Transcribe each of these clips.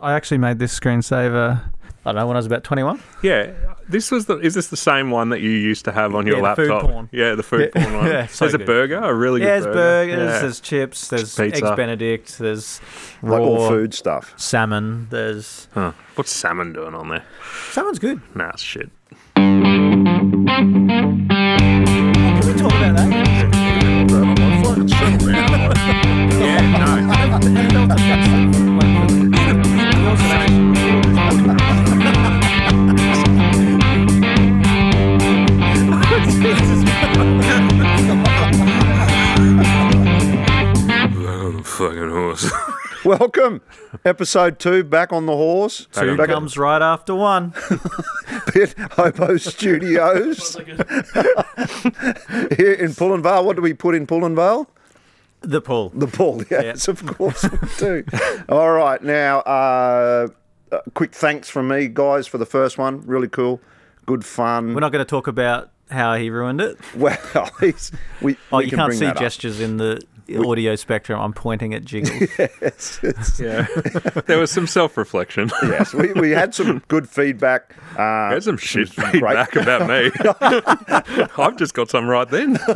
I actually made this screensaver. I don't know when I was about twenty-one. Yeah, this was the. Is this the same one that you used to have on your Yeah, the food laptop? porn. Yeah, the food Yeah. porn one. Yeah, there's so a good. burger, a really Yeah, there's good burger. burgers, Yeah. there's chips, there's Pizza. eggs Benedict, there's raw Like all food stuff. salmon, there's Huh. What's salmon doing on there? salmon's good. Nah, it's shit. Can we talk about that? Yeah, no. Fucking horse. Welcome, episode two, back on the horse. Two back Comes right after one. at Pit Hobo Studios here in Pullenvale. What do we put in Pullenvale? The pool. The Paul, yes, of course we do. All right, now, uh, uh, quick thanks from me, guys, for the first one. Really cool, good fun. We're not going to talk about how he ruined it. well, he's, we, Oh, we you can can't bring see that up. gestures in the audio spectrum. I'm pointing at Jiggles. Yeah. there was some self reflection. Yes, we, we had some good feedback. Uh, I had some shit feedback about me. I've just got some right then.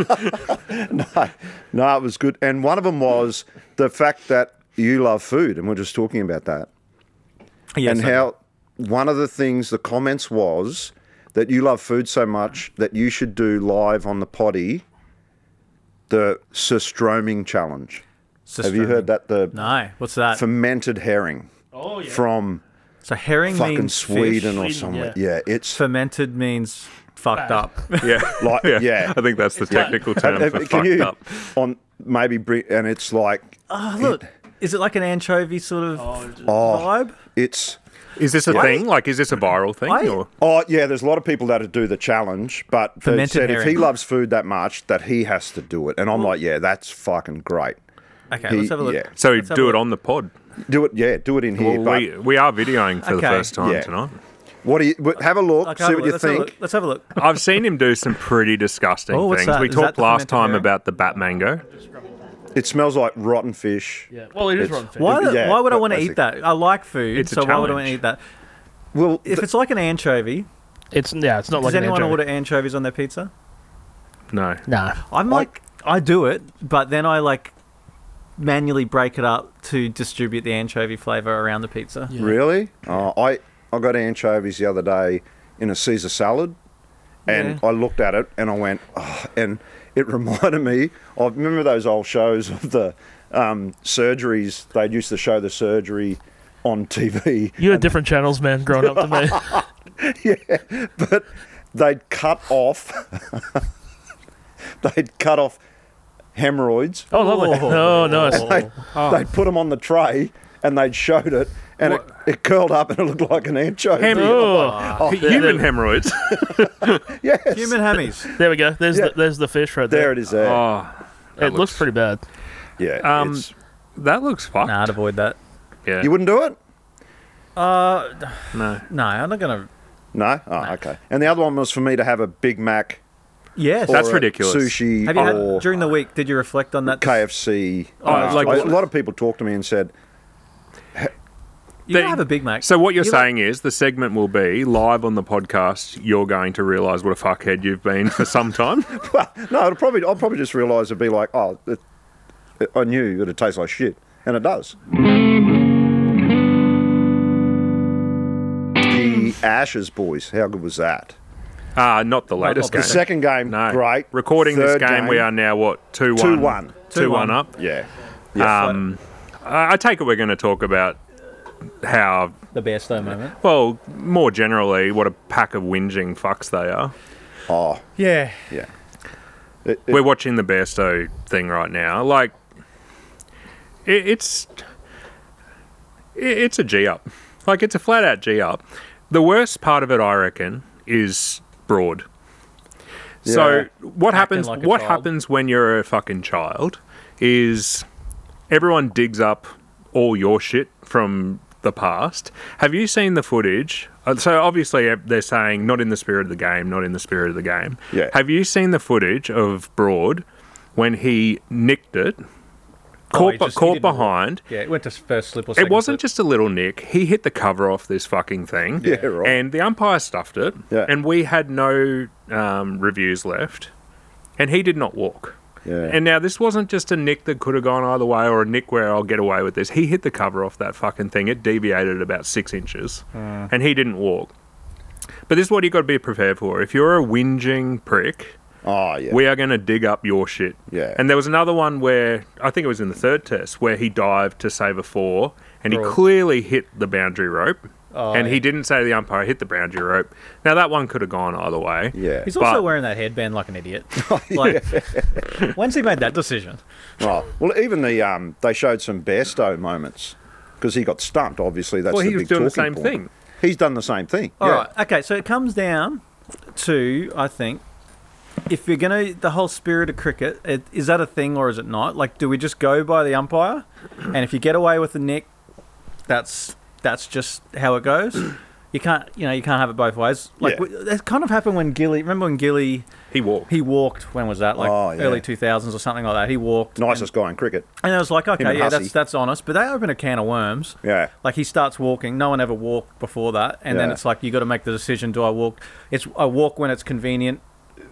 No, it was good. And one of them was the fact that you love food, and we're just talking about that. Yes, and I- how one of the things, the comments was that you love food so much that you should do live on the potty the surstroming challenge. it's just Have you for- heard that? The No. What's that? fermented herring Oh yeah. from so herring fucking means Sweden fish. or Sweden, somewhere. Yeah, yeah. it's Fermented means fucked Bad. up. Yeah. Like- yeah. I think that's the technical term Have- for have- fucked up. on maybe bring and it's like Oh, look. Is it like an anchovy sort of Oh. vibe? it's Is this a thing? Like, is this a viral thing? I- or? Oh yeah, there's a lot of people that do the challenge, but they Fermented said if he herring. loves food that much, that he has to do it. And I'm like, yeah, that's fucking great. Okay, He- let's have a look. yeah. So Let's have do a it look. on the pod. Do it, yeah, do it in here. well, but we, we are videoing for the Okay. first time Yeah. tonight. what do you? but Have a look, Okay, see have a look, what you let's have a think. look, Let's have a look. I've seen him do some pretty disgusting Oh, what's things. that? We Is talked that the last time fermented about the bat mango. It smells like rotten fish. Yeah. Well, it is rotten fish. Why, yeah, why would I but want to basic- eat that? I like food, It's a so why would I want to challenge. eat that? Well, If th- it's like an anchovy, It's yeah. It's not does like an anyone anchovy. order anchovies on their pizza? No. Nah. I'm like, I do it, but then I like manually break it up to distribute the anchovy flavor around the pizza. Yeah. really, oh, I I got anchovies the other day in a Caesar salad, and Yeah. I looked at it and I went, oh, and it reminded me. I remember those old shows of the um, surgeries. They used to show the surgery on TV. You had different channels, man, growing up than me. but they'd cut off they'd cut off hemorrhoids Oh, lovely. Oh. Oh, nice. they, they'd put them on the tray and they'd showed it and it, it curled up and it looked like an anchovy Hem- Oh. Human hemorrhoids. yes Human hammies. There we go. There's Yeah. the there's the fish right there there. it is there oh, It looks, looks- pretty bad. yeah um, it's- that looks fucked. nah, I'd avoid that. yeah. you wouldn't do it Uh, no. no, I'm not gonna. no oh okay and the other one was for me to have a big mac Yes. That's or a ridiculous. sushi Have you or had during the week? Did you reflect on that? kfc Oh, Uh, like- a lot of people talked to me and said You gotta They- have a Big Mac. So what you're You like- saying is the segment will be live on the podcast. You're going to realise what a fuckhead you've been for some time. well no it'll probably i'll probably just realize it'd be like oh it, i knew that it tastes like shit and it does the ashes boys how good was that Ah, not the latest the the game. second game no, great Recording Third this game, we are now what two one, 2-1. two one up. yeah Um, I I take it we're going to talk about how, the best though moment. well, more generally, what a pack of whinging fucks they are. oh Yeah. yeah It- it- We're watching the Bairstow thing right now. Like, it, it's it, it's a G up. Like, it's a flat out G up. The worst part of it, I reckon, is broad. So what happens? like a what child. happens when you're a fucking child is everyone digs up all your shit from the past. Have you seen the footage? Uh, So obviously uh, they're saying not in the spirit of the game, not in the spirit of the game. Yeah. Have you seen the footage of Broad when he nicked it caught, Oh, he be- just- he caught didn't walk. behind. Yeah, it went to first slip or It second wasn't slip. just a little nick. He hit the cover off this fucking thing. Yeah, right. And the umpire stuffed it. Yeah. And we had no um, reviews left. And he did not walk. Yeah. And now this wasn't just a nick that could have gone either way or a nick where I'll get away with this. He hit the cover off that fucking thing. It deviated about six inches. Mm. And he didn't walk. But this is what you got to be prepared for. If you're a whinging prick, Oh yeah. we are going to dig up your shit. Yeah. And there was another one where I think it was in the third test where he dived to save a four, and he Right. clearly hit the boundary rope, Oh, and yeah. he didn't say to the umpire hit the boundary rope. Now that one could have gone either way. yeah. Oh, He's also but- wearing that headband like an idiot. Like, When's he made that decision? Right. Well, even the um, they showed some Bairstow moments because he got stumped. Obviously, that's Well, the he was big doing the same talking point. thing. He's done the same thing. All yeah. right. Okay. So it comes down to, I think, if you're going to, the whole spirit of cricket, it, is that a thing or is it not? Like, do we just go by the umpire? And if you get away with the nick, that's that's just how it goes. You can't, you know, you can't have it both ways. Like, Yeah. w that kind of happened when Gilly. Remember when Gilly He walked. he walked? When was that? Like Oh, yeah. early two thousands or something like that. He walked. Nicest guy in cricket. And I was like, okay, and yeah, Hussey. that's that's honest. But they open a can of worms. Yeah. Like he starts walking. No one ever walked before that, and then Yeah. it's like you got to make the decision: do I walk? It's I walk when it's convenient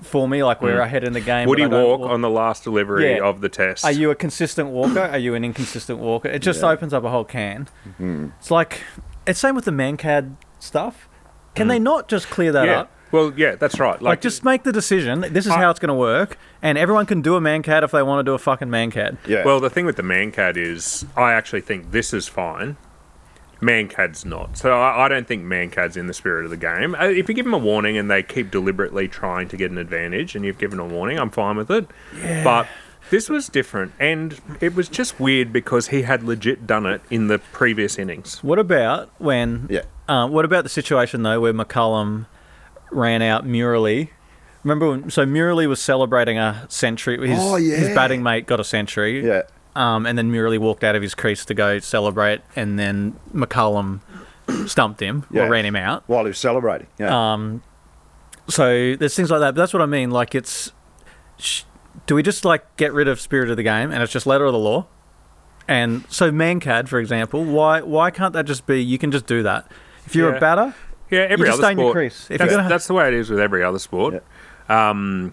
for me, like where I head in the game. Would but he I don't Hmm. walk, on the last delivery Yeah. of the test? Are you a consistent walker? Are you an inconsistent walker? It just opens up a whole can. Hmm. It's like it's same with the mancad stuff. Can they not just clear that Hmm. yeah. up? Well, yeah, that's right. Like, Like, just make the decision. This is I- how it's going to work, and everyone can do a mancad if they want to do a fucking mancad. Yeah. Well, the thing with the Mancad is, I actually think this is fine. Mancad's not. So I, I don't think Mancad's in the spirit of the game. Uh, If you give them a warning and they keep deliberately trying to get an advantage and you've given a warning, I'm fine with it. But this was different. And it was just weird because he had legit done it in the previous innings. What about when? Yeah. Uh, what about the situation though where McCullum ran out Murley? Remember when? So Murley was celebrating a century. His, Oh, his yeah. batting mate got a century. Yeah. Um, and then Murley walked out of his crease to go celebrate, and then McCullum stumped him Yeah. or ran him out. While he was celebrating. Yeah. So there's things like that. But that's what I mean. Like it's, sh- do we just like get rid of spirit of the game and it's just letter of the law? And so Mancad, for example, why why can't that just be? You can just do that. If you're Yeah. a batter, Yeah, every just other stay in your sport. crease. If you're that's, gonna- that's the way it is with every other sport. Um,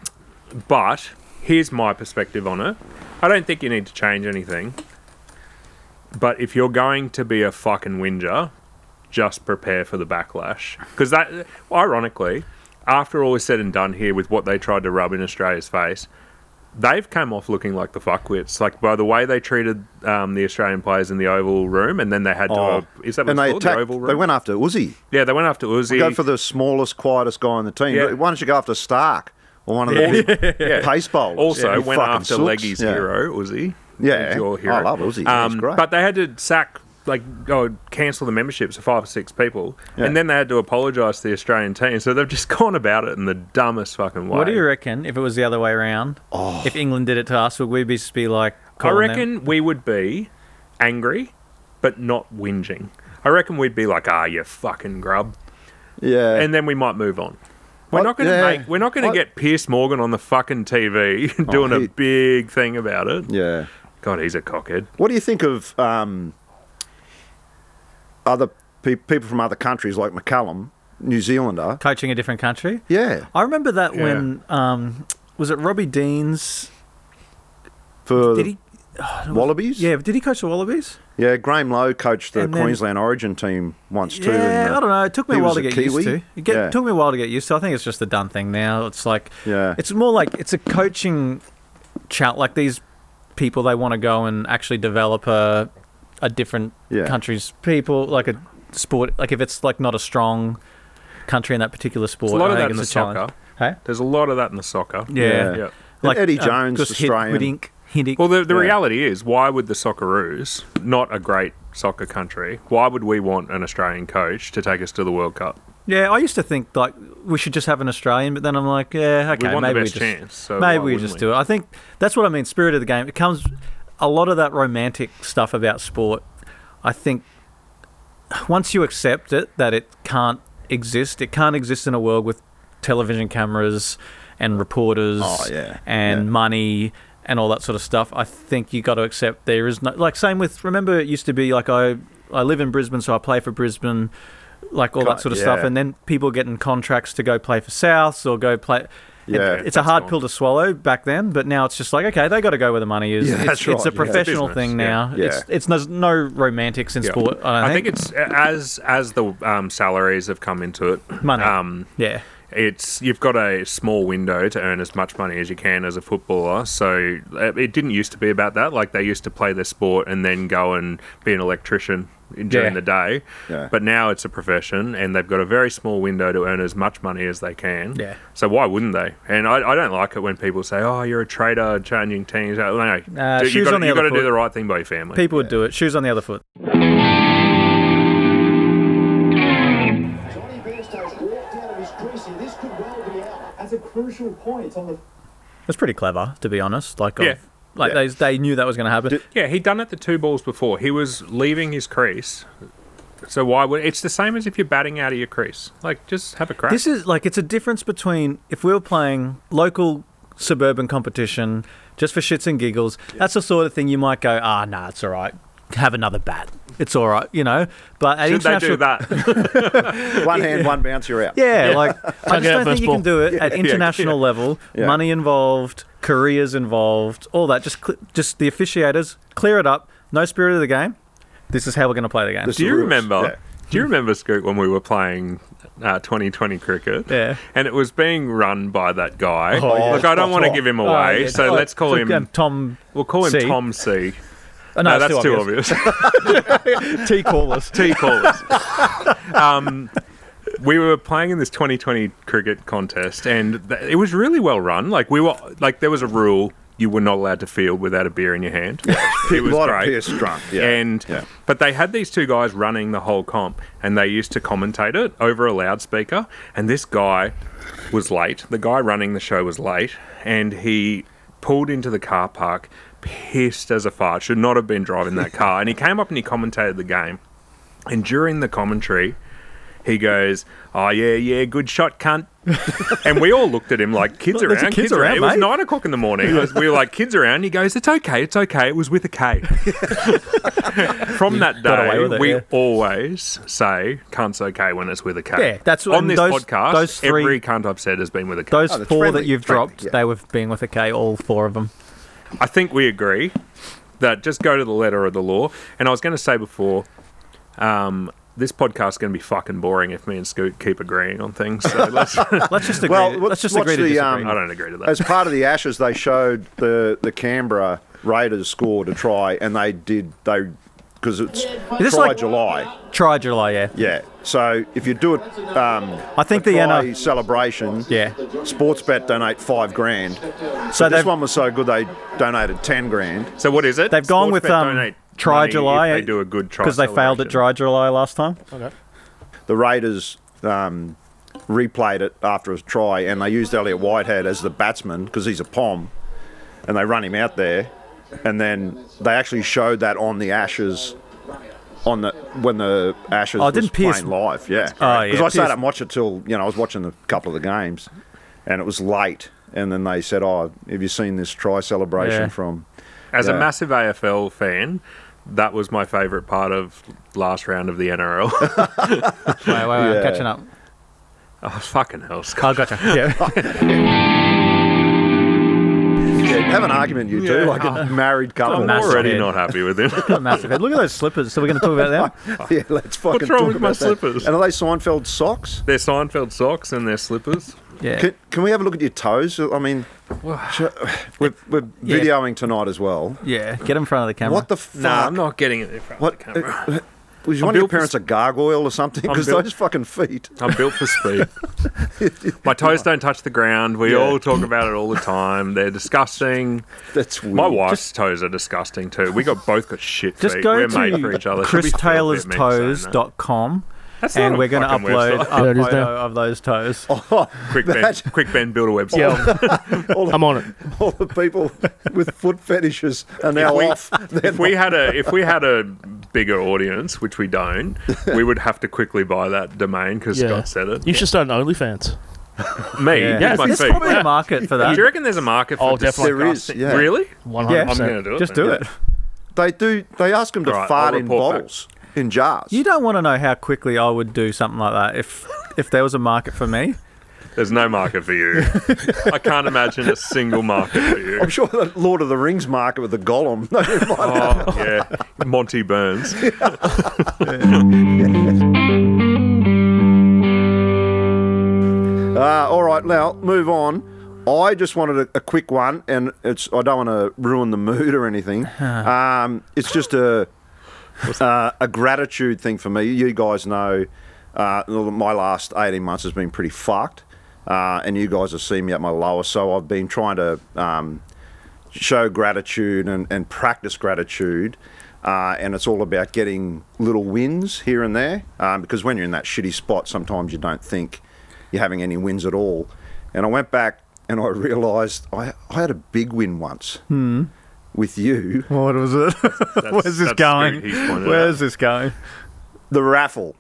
but here's my perspective on it. I don't think you need to change anything. But if you're going to be a fucking whinger, just prepare for the backlash. Because that, ironically, after all is said and done here with what they tried to rub in Australia's face, they've come off looking like the fuckwits. Like by the way they treated um, the Australian players in the Oval Room, and then they had to. Oh. uh, is that what and it's they called? attacked. the Oval Room? they went after Uzi. yeah, they went after Uzi. Go for the smallest, quietest guy on the team. Yeah. Why don't you go after Stark or one of the big pace bowlers? Also, You went fucking after sooks. Leggy's yeah. hero, Uzi. Yeah. He's your hero. I love Uzi. He's Um, great. But they had to sack, like, oh, cancel the memberships of five or six people. And then they had to apologise to the Australian team. So they've just gone about it in the dumbest fucking way. What do you reckon if it was the other way around? If England did it to us, would we be, just be like, Oh. I calling them- reckon we would be angry, but not whinging. I reckon we'd be like, ah, you fucking grub. Yeah. And then we might move on. We're What? not going to Yeah. make. We're not going What? Oh, to get Pierce Morgan on the fucking TV doing he- a big thing about it. yeah. God, he's a cockhead. What do you think of um, other pe- people from other countries like McCallum, New Zealander? coaching a different country? Yeah, I remember that Yeah. when, um, was it Robbie Dean's? for Did he? the Wallabies. Yeah, did he coach the Wallabies? yeah. Graham Lowe coached the And then- Queensland Origin team once too. yeah, and, uh, I don't know. It took me he a while was to a get Kiwi? used to. It get, Yeah. took me a while to get used to. I think it's just a done thing now. It's like, Yeah. it's more like it's a coaching chat. Like these people, they want to go and actually develop a a different Yeah. country's people, like a sport. Like if it's like not a strong country in that particular sport, I lot of think that in it's the a challenge. Hey? There's a lot of that in the soccer. Yeah. Yeah. And Eddie Jones, just hit- Australian. Hiddink- Hiddink. Well, the, the Yeah. reality is, why would the Socceroos, not a great soccer country, why would we want an Australian coach to take us to the World Cup? yeah, I used to think like we should just have an Australian, but then I'm like, yeah, okay, We want the maybe best we just chance, so maybe why we wouldn't just we? do it. I think that's what I mean. Spirit of the game. It comes a lot of that romantic stuff about sport. I think once you accept it that it can't exist, it can't exist in a world with television cameras and reporters Oh, yeah. and Yeah. money and all that sort of stuff. I think you got to accept there is no like same with remember it used to be like I I live in Brisbane so I play for Brisbane like all God, that sort of stuff yeah. and then people getting contracts to go play for Souths or go play it- Yeah, it's a hard gone. pill to swallow back then, but now it's just like okay, they got to go where the money is. Yeah, it's, that's it's right, a yeah. professional It's a business, thing now. yeah. It's it's there's no romantics in Yeah. sport. I, don't I think think. it's as as the um, salaries have come into it. money. Um, yeah, it's you've got a small window to earn as much money as you can as a footballer. So uh, it didn't used to be about that. Like they used to play their sport and then go and be an electrician during Yeah. the day. Yeah. But now it's a profession, and they've got a very small window to earn as much money as they can. Yeah. So why wouldn't they? And I, I don't like it when people say, "Oh, you're a trader, changing teams." No, no, Nah, Dude, shoes you've got Uh, on the you other to do foot. the right thing by your family. people would do it. Shoes on the other foot. Johnny Bairstow's walked out of his crease here. This could well be out. That's a crucial point on the It's pretty clever, to be honest. Like, Yeah. of- like Yeah. They, they knew that was going to happen. Yeah, he'd done it the two balls before. He was leaving his crease. So why would it's the same as if you're batting out of your crease. Like just have a crack. This is like it's a difference between if we were playing local suburban competition just for shits and giggles. That's the sort of thing you might go, ah, nah, it's all right. Have another bat. It's all right, you know. But at Should they international, do that? One hand, one bounce, you're out. Yeah, like I Can't get just out don't think first you ball. can do it at international level. Yeah. Money involved, careers involved, all that. Just cl- just the officiators clear it up. No spirit of the game. This is how we're going to play the game. This- do you Rules, remember? yeah. Do you remember Scoot when we were playing uh, 2020 cricket? Yeah. And it was being run by that guy. Oh, yeah. Look, I don't want to give him Oh, away, yeah. so Oh, let's call so, him. um, Tom. we'll call him C. Tom C. Oh, No, it's that's too obvious. T callers. T callers. um, we were playing in this 2020 cricket contest, and th- it was really well run. Like we were, like there was a rule you were not allowed to field without a beer in your hand. it a was lot great. of piss drunk. Yeah. And Yeah. but they had these two guys running the whole comp, and they used to commentate it over a loudspeaker. And this guy was late. The guy running the show was late, and he pulled into the car park, pissed as a fart. Should not have been driving that car. And he came up and he commentated the game. And during the commentary, he goes, "Oh yeah, yeah, good shot, cunt." and we all looked at him like kids Look, there's around, a kids, kids around. around, It was mate. nine o'clock in the morning. It was- we were like kids around. He goes, "It's okay, it's okay." It was with a K. From that got away day, with it, we yeah. always say "cunt's okay" when it's with a K. Yeah, that's what- on this those- podcast. those three- every cunt I've said has been with a K. Those Oh, four that's friendly, that you've friendly, dropped, yeah. they were being with a K. All four of them. I think we agree that just go to the letter of the law. And I was going to say before, um, this podcast is going to be fucking boring if me and Scoot keep agreeing on things. So let's, I Let's just agree. Well, to- what's- let's just what's agree to the, disagree. um, don't agree to that. As part of the Ashes, they showed the the Canberra Raiders scored a try, and they did they because it's this try like- July. um, Try July, yeah. Yeah. So if you do it, um, I think a the uh, try NRL celebration. Yeah. Sports bet donate five grand. So this they've one was so good they donated ten grand. so what is it? they've gone with, Sportsbet um, donate Try money if July, They do a good try because they failed at celebration. Dry July last time. The Raiders um, replayed it after a try, and they used Elliot Whitehead as the batsman because he's a pom, and they run him out there, and then they actually showed that on the Ashes. On the when the Ashes Oh, was didn't Pearce- playing live, yeah, because Oh, yeah, I sat Pearce- up and watched it till you know I was watching a couple of the games, and it was late, and then they said, "Oh, have you seen this try celebration Yeah. from?" As Yeah. a massive AFL fan, that was my favourite part of last round of the NRL. Wait, wait, wait, Yeah. I'm catching up. oh, fucking hell, Scott. Oh, gotcha. Yeah. Yeah, have an argument, you two, Yeah. like a married couple. I'm massive already head. not happy with him. Got a massive head. Look at those slippers. So we're going to talk about them. yeah, let's fucking wrong talk with about my that. slippers? And are they Seinfeld socks? their Seinfeld socks and their slippers. Yeah. Can, can we have a look at your toes? I mean, sh- we're, we're Yeah. videoing tonight as well. yeah. Get in front of the camera. What the fuck? No, I'm not getting it in front What? of the camera. uh, uh, was one of your built for parents a gargoyle or something? I'm Because built- those fucking feet. I'm built for speed. My toes don't touch the ground. We Yeah. all talk about it all the time. They're disgusting. That's weird. My wife's toes are disgusting too. We got both got shit Just feet. go We're made for each to other. Should Chris be feel Taylor's a bit mean saying that. Toes.com That's not and a we're going to fucking upload website. Oh, Yeah, a it is photo now. of those toes. Quick Ben, quick Ben, build a website. Yeah, I'm on it. All the people with foot fetishes are now we- off. They're If we had a if we had a bigger audience, which we don't, we would have to quickly buy that domain because Yeah. Scott said it. You should start an OnlyFans. Me, Yeah. with Yes, my There's feet. probably a market for Do that. you reckon there's a market for Oh, definitely. There is, disgusting- yeah. Really? One Yeah. hundred I'm going to percent. do it. Just then. do it. They do. They ask them to Right, I'll fart in report back. bottles, in jars. You don't want to know how quickly I would do something like that if if there was a market for me. There's no market for you. I can't imagine a single market for you. I'm sure the Lord of the Rings market with the Gollum. Oh, yeah. Monty Burns. Uh, all right, now move on. I just wanted a, a quick one, and it's I don't want to ruin the mood or anything. Um, it's just a uh, a gratitude thing for me. You guys know uh, my last eighteen months has been pretty fucked, uh, and you guys have seen me at my lowest. So I've been trying to um, show gratitude and, and practice gratitude. Uh, and it's all about getting little wins here and there um, because when you're in that shitty spot, sometimes you don't think you're having any wins at all. And I went back and I realised I, I had a big win once with you, What was it? Where's this that's going? who he's pointed Where's this going? the raffle.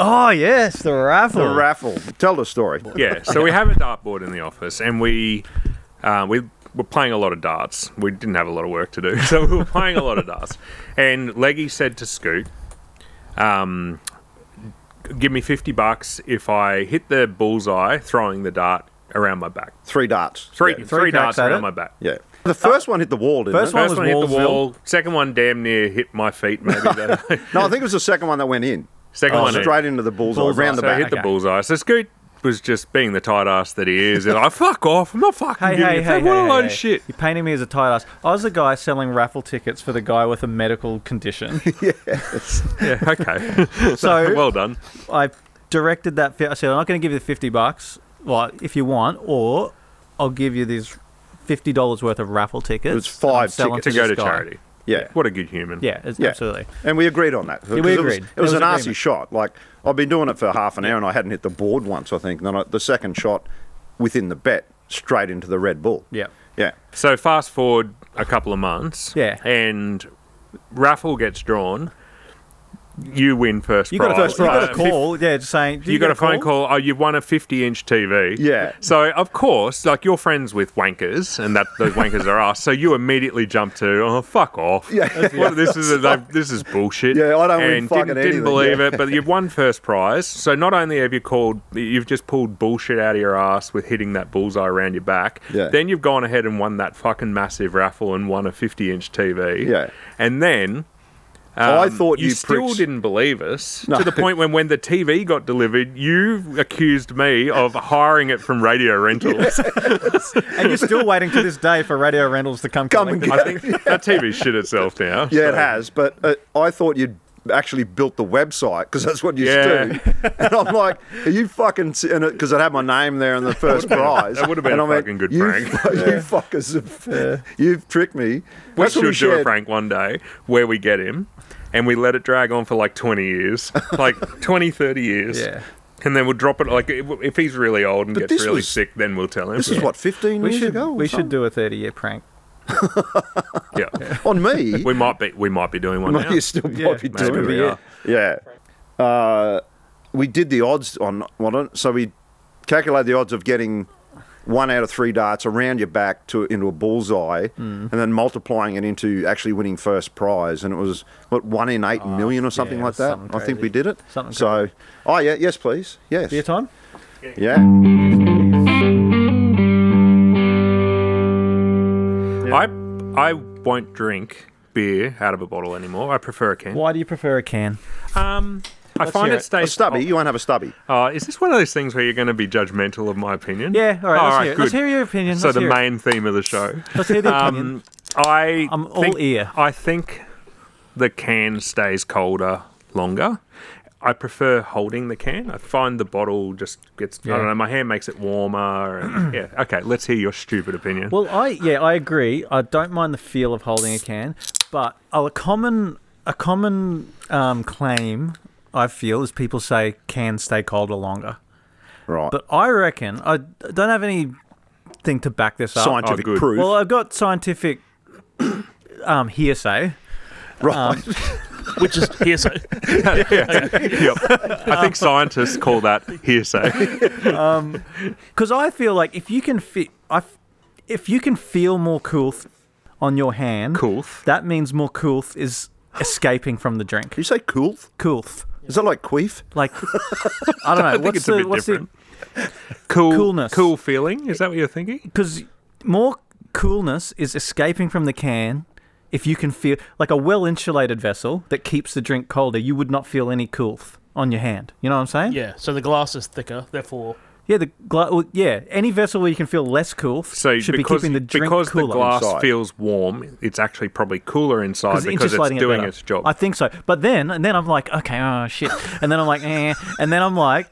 Oh yes, the raffle. The raffle. Tell the story. yeah. So we have a dartboard in the office, and we uh, we were playing a lot of darts. We didn't have a lot of work to do, so we were playing a lot of darts. And Leggy said to Scoot, um, "Give me fifty bucks if I hit the bullseye throwing the dart around my back. Three darts. Three Yeah. three, Three cracks darts at around it. my back." Yeah. The first one hit the wall, didn't First it? one First was one hit the Wallsville. wall. Second one damn near hit my feet. Maybe the No, I think it was the second one that went in. second Oh, one hit. straight into the bullseye, Bullseye. round the so I back. hit the Okay. bullseye. So Scoot was just being the tight ass that he is. He's like, fuck off. I'm not fucking Hey, giving hey, you hey, hey, What a hey, load hey. of shit. You're painting me as a tight ass. I was the guy selling raffle tickets for the guy with a medical condition. Yeah, okay. So- well done. I directed that. fi- I said, I'm not going to give you the 50 bucks, well, if you want, or I'll give you these $50 worth of raffle tickets. It was five I'm selling tickets. To This go this to guy. charity. Yeah. What a good human. Yeah, it's, Yeah. absolutely. And we agreed on that. we 'Cause It was, agreed. it There was was an agreement. arsey shot. Like, I've been doing it for half an hour and I hadn't hit the board once, I think. And then I, the second shot within the bet, straight into the Red Bull. Yeah. Yeah. So fast forward a couple of months. Yeah. And raffle gets drawn. You win first You prize. got, a, first you got a Uh, call, yeah, just saying. you, got a phone call. Oh, you've won a 50 inch TV. Yeah. So, of course, like you're friends with wankers and that those wankers are us. So you immediately jump to, oh, fuck off. Yeah. What- this, is they- this is bullshit. Yeah, I don't win and fucking didn't, anything, didn't believe yeah. it, but you've won first prize. So not only have you called, you've just pulled bullshit out of your ass with hitting that bullseye around your back. Yeah. Then you've gone ahead and won that fucking massive raffle and won a 50 inch TV. Yeah. And then. I Um, thought you, still pricks- didn't believe us No. to the point when when the TV got delivered, you accused me of hiring it from Radio Rentals. And you're still waiting to this day for Radio Rentals to come Come and collect I think that TV shit itself now. Yeah, it so- has. But uh, I thought you'd actually built the website because that's what you Yeah. do. And I'm like, are you fucking. Because it had my name there in the first prize. that would've been And a I went, fucking good you, prank." fu- You fuckers have. You've tricked me. We That's what should do a shared. prank one day where we get him and we let it drag on for like 20 years, like 20, 30 years. Yeah. And then we'll drop it. Like if if he's really old and But gets this really was- sick, then we'll tell him. This is what, 15 We years should, ago? or we should something? do a 30 year prank. yeah. On me? We might be we might be doing one Might now. you still Yeah, might be maybe doing we it. are. Yeah. Uh, we did the odds on on it, so we calculated the odds of getting one out of three darts around your back to into a bullseye, and Mm. then multiplying it into actually winning first prize, and it was what one in eight million or Ah, something yeah, like that. something I think we crazy. did it. Something so, oh yeah, yes, please, yes, Beer time? yeah. I I won't drink beer out of a bottle anymore. I prefer a can. Why do you prefer a can? Um, I find hear it, it. A stays. stubby, you won't have a stubby. Oh, uh, is this one of those things where you're going to be judgmental of my opinion? Yeah, all right, let's hear it. Let's good. hear your opinion, So let's the hear it. main theme of the show. Let's hear the opinion. Um, I I'm all think, ear. I think the can stays colder longer. I prefer holding the can. I find the bottle just gets. I Yeah. don't know. My hand makes it warmer. And, yeah. Okay. Let's hear your stupid opinion. Well, I yeah, I agree. I don't mind the feel of holding a can, but a common a common um, claim I feel is people say cans stay colder longer, Right, but I reckon I don't have anything to back this up. scientific good. proof. Well, I've got scientific um, hearsay. right, which is hearsay. yep. I think scientists call that hearsay. Because I feel like if you can feel, if you can feel more coolth on your hand, Coolth. that means more coolth is escaping from the drink. you say cool? Coolth, Is that like queef? like I don't know. what's it's a the bit what's different. Cool, Coolness. cool feeling. Is that what you're thinking? because more coolness is escaping from the can. If you can feel like a well insulated vessel that keeps the drink colder, you would not feel any coolth on your hand. You know what I'm saying? Yeah, so the glass is thicker, therefore. Yeah, the gla- well, yeah, any vessel where you can feel less cool So should because, be keeping the drink because cooler. the glass inside. feels warm, it's actually probably cooler inside Because it's because it's insulating it doing better. its job. I think so. But then, and then I'm like, okay, oh shit. And then I'm like, eh. And then I'm like,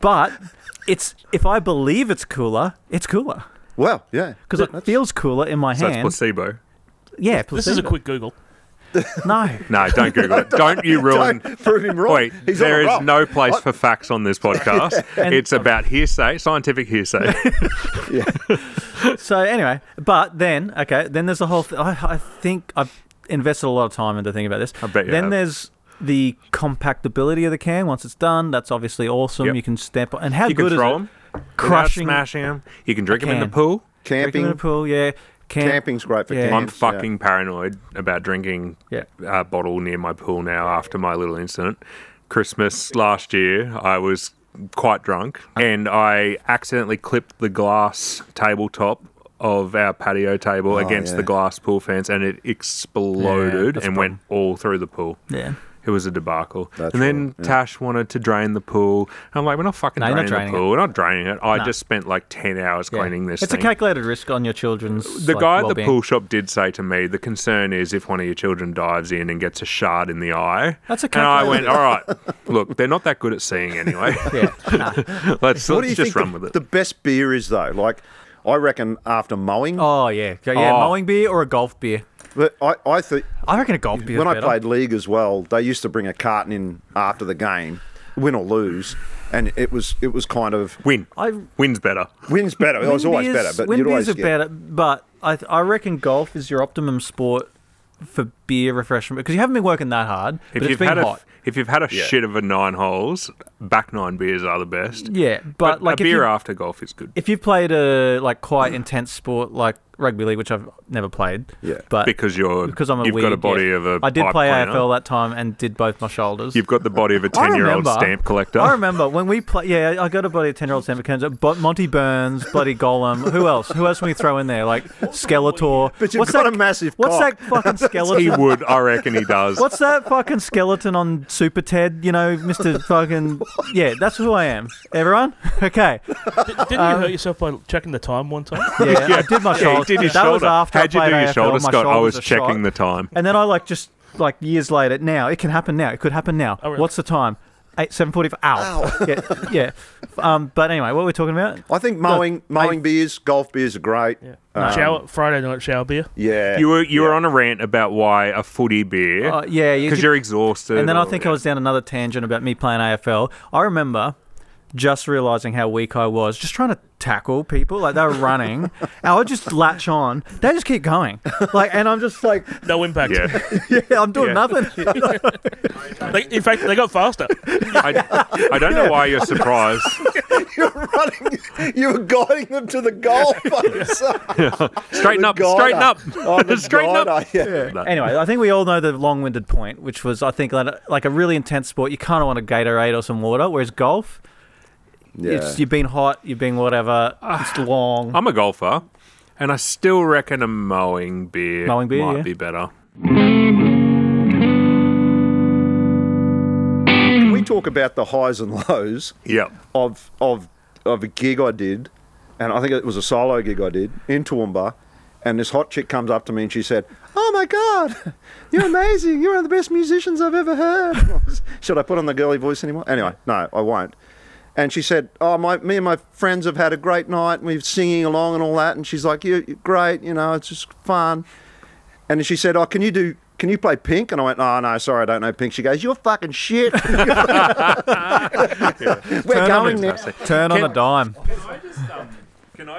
but it's if I believe it's cooler, it's cooler Well, yeah. because it feels cooler in my so it's hand. placebo. yeah, This is a placebo. quick Google. no. No, don't Google it. Don't you ruin. Don't prove him wrong. Wait, He's there on a is roll. no place for facts on this podcast. And- um, it's about hearsay, scientific hearsay. So anyway, but then okay, then there's the whole. Th- I, I think I've invested a lot of time into thinking about this. I bet you Then have. there's the compactability of the can once it's done. That's obviously awesome. Yep. You can step on, and how You good can is throw it? them, Crushing- smashing them. You can drink them in the can. pool. Drinking in a Camping. pool, yeah. Camp, Camping's great for Yeah. camping. I'm fucking paranoid about drinking Yeah. a bottle near my pool now after my little incident. Christmas last year, I was quite drunk and I accidentally clipped the glass tabletop of our patio table against Oh, yeah. the glass pool fence and it exploded that's a and went all through the pool. Yeah. It was a debacle. That's and then right, yeah. Tash wanted to drain the pool. I'm like, we're not fucking No, you're not draining draining, it. the pool. We're not draining it. I No. just spent like 10 hours Yeah. cleaning this It's thing. a calculated risk on your children's. The like, guy at the well-being. pool shop did say to me, the concern is if one of your children dives in and gets a shard in the eye. That's a And I calculated- went, all right, look, they're not that good at seeing anyway. Yeah. Nah. let's What do let's you just think run the, with it. the best beer is though? Like, I reckon after mowing. Oh yeah, yeah. yeah, Oh. Mowing beer or a golf beer? But I, I think I reckon a golf beer. when I better. played league as well, they used to bring a carton in after the game, win or lose, and it was it was kind of Win. I Win's better. wins better. It was Wind always beers- better, but wind you'd beers always are get, better, but I th- I reckon golf is your optimum sport for beer refreshment because you haven't been working that hard. but If it's you've, been had a, hot. if you've had a shit of a nine holes, back nine beers are the best. yeah, but, like a if beer you, after golf is good. if you've played a like quite intense sport like rugby league, which I've never played, Yeah. but because you're because I'm a you've weird, got a body yeah. of a I did pipe play cleaner. AFL that time and did both my shoulders. You've got the body of a I ten year old remember- stamp collector. I remember when we play. Yeah, I got a bloody ten-year-old Sam McKenzie, but Monty Burns, bloody Golem. Who else? Who else can we throw in there? Like Skeletor. But you've what's got that, a massive What's cock. that fucking he skeleton? would, I reckon he does. What's that fucking skeleton on Super Ted? You know, Mister fucking. Yeah, that's who I am. Everyone, okay. D- didn't you hurt yourself by checking the time one time? Yeah, I did my Yeah, shoulder. he did his that shoulder. was after How'd I you do played your AFL, shoulder, my Scott? I shoulders was are shot. checking the time. And then I like just like years later now it can happen now it could happen now. Oh, really? What's the time? Eight seven forty five. Ow. yeah, yeah. Um, but anyway, what were we talking about? I think mowing mowing beers, golf beers are great. Yeah, shower Friday night shower beer. You were you were on a rant about why a footy beer. Uh, yeah, you because could- you are exhausted. And then I or- think I was down another tangent about me playing AFL. I remember just realizing how weak I was, just trying to tackle people. Like they were running, and I would just latch on. They just keep going, like, and I'm just like, No impact. Yeah, yeah, I'm doing Yeah. nothing. They, in fact, they got faster. I, I don't know why you're surprised. you were running. You were guiding them to the goal. Straighten up, straighten up, straighten up. Oh, Yeah. anyway, I think we all know the long-winded point, which was I think like a, like a really intense sport. You kind of want a Gatorade or some water, whereas golf, Yeah. it's, you've been hot, you've been whatever. It's long. I'm a golfer, and I still reckon a mowing beer, Mowing beer, might yeah. be better. Mm. Can we talk about the highs and lows? Yep. of of of a gig I did, and I think it was a solo gig I did in Toowoomba, and this hot chick comes up to me and she said, "Oh my god, you're amazing! You're one of the best musicians I've ever heard." Should I put on the girly voice anymore? Anyway, no, I won't. And she said, "Oh, my, me and my friends have had a great night. We're singing along and all that." And she's like, "You- "You're great, you know. It's just fun." And she said, "Oh, can you do? Can you play Pink?" And I went, "Oh no, sorry, I don't know Pink." She goes, "You're fucking shit." We're going now. Turn on a dime.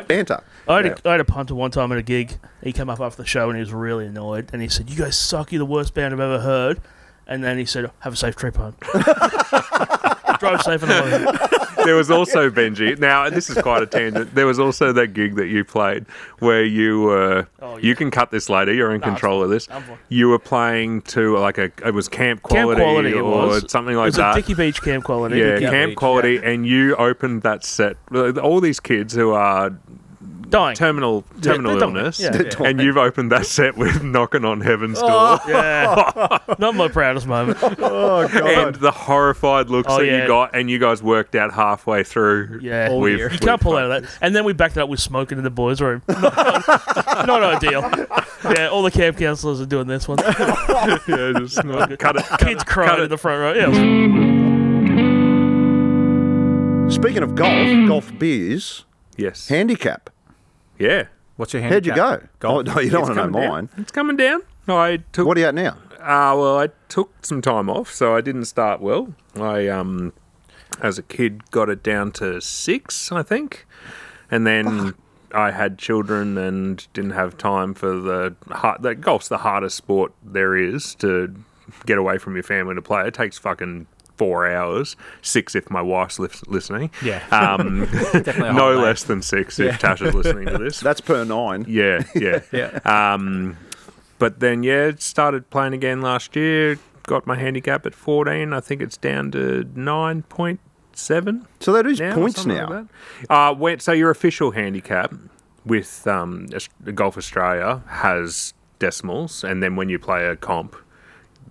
Banter. I had, a, I had a punter one time at a gig. He came up after the show and he was really annoyed. And he said, "You guys suck. You're the worst band I've ever heard." and then he said, "Have a safe trip home. Drive safe on the road." There was also Benji. Now, and this is quite a tangent. There was also that gig that you played where you were. Oh, yeah. You can cut this later. You're in Nah, control of this. I'm fine. You were playing to like a. It was camp Camp quality, quality, it or was something it like was that. a Dicky Beach camp quality. yeah, Dicky camp Beach, quality, and you opened that set. All these kids who are dying. terminal terminal they're dumb. illness, Yeah. Oh, They're and you've opened that set with knocking on heaven's door. yeah, not my proudest moment. Oh and the horrified looks Oh, that you yeah. got, and you guys worked out halfway through. Yeah. Oh, we've- dear. You You we've can't pull fucked out of that. And then we backed it up with smoking in the boys' room. Not, not ideal. Yeah, all the camp counselors are doing this one. Yeah, just cut it. Cut Kids it, crying cut in it. the front row. Yeah, it was- Speaking of golf, golf beers, Yes. handicap. yeah. What's your How'd handicap? you go? Golf. Oh, no, you It's don't want to know coming down. mine. It's coming down. I took. What are you at now? Uh, well, I took some time off, so I didn't start well. I, um, as a kid, got it down to six, I think, and then I had children and didn't have time for the hard. That golf's the hardest sport there is to get away from your family to play. It takes fucking four hours, six if my wife's lis- listening. Yeah. Um, Definitely a no holiday. less than six if Tasha's listening to this. That's per nine. Yeah, yeah. Yeah. Um, but then, yeah, started playing again last year. Got my handicap at 14. I think it's down to 9.7 So that is now. points something now. Like that. Uh, when, so your official handicap with um, Aus- Golf Australia has decimals, and then when you play a comp,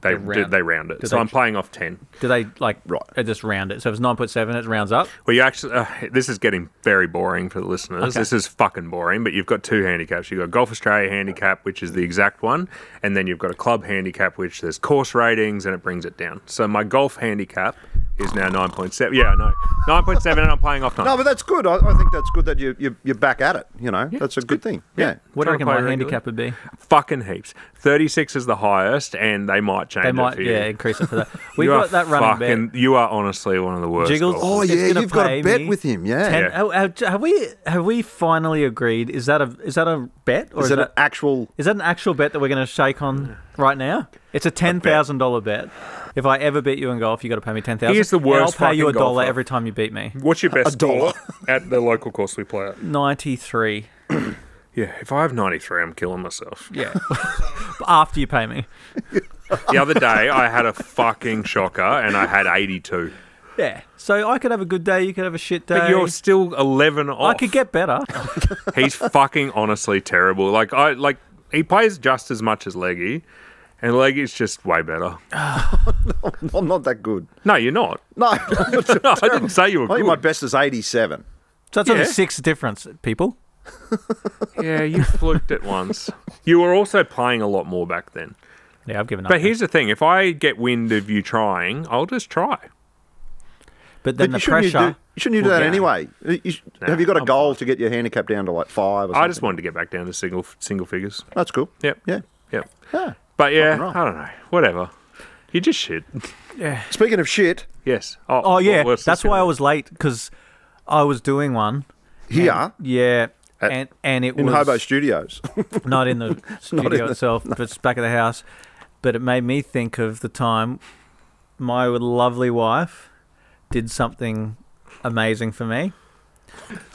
they, They they round- round, they round it. do so they- I'm playing off 10. Do they like Right. they just round it? So if it's nine point seven, it rounds up. Well, you actually, uh, this is getting very boring for the listeners. This is fucking boring, but you've got two handicaps. You've got Golf Australia handicap, which is the exact one, and then you've got a club handicap, which there's course ratings and it brings it down. So my golf handicap is now 9.7. Yeah, no, 9.7, and I'm playing off 9. No, but that's good. I, I think that's good that you, you you're back at it. You know, that's a good thing. Yeah. What do you Trying to reckon play my regular. handicap would be? Fucking heaps. 36 is the highest, and they might change They it might for you. yeah increase it for that. We You are got that running fucking, back. You are honestly one of the worst. Jiggles. golfers. Oh, It's yeah, gonna you've got a pay bet me with him, yeah. Ten, Yeah. oh, oh, have we have we finally agreed? Is that a is that a bet or Is is, it an that actual? Is that an actual bet that we're going to shake on right now? It's a ten thousand dollar bet. If I ever beat you in golf, you got to pay me ten thousand. He's the worst I'll pay you a fucking dollar golfer. every time you beat me. What's your best dollar. dollar at the local course we play at? Ninety three. Yeah, if I have 93, I'm killing myself. Yeah. After you pay me. the other day I had a fucking shocker and I had 82. Yeah. So I could have a good day. You could have a shit day. But you're still 11 I off. could get better. He's fucking honestly terrible. Like I like he plays just as much as Leggy and Leggy's just way better. I'm not that good. No, you're not. No, I No, I didn't say you were think my good. best is 87. So that's only Yeah. six difference, people. Yeah, you fluked it once. You were also playing a lot more back then. Yeah, I've given up. But here's the thing, if I get wind of you trying, I'll just try. but then you the shouldn't You pressure. do, shouldn't you do that Yeah. anyway? You- you sh- have you got a I'm goal to get your handicap down to like five? Or something? I just wanted to get back down to single single figures. That's cool. Yep. Yeah. Yep. Yeah. But yeah, wrong. I don't know. Whatever. You just shit. Speaking of shit, Yes. Oh, Oh what- yeah, what's that's this gonna why I be? was late because I was doing one. here Yeah. At- and and it in was Hobo Studios. not in the studio in the- itself, but it's back of the house. But it made me think of the time my lovely wife did something amazing for me.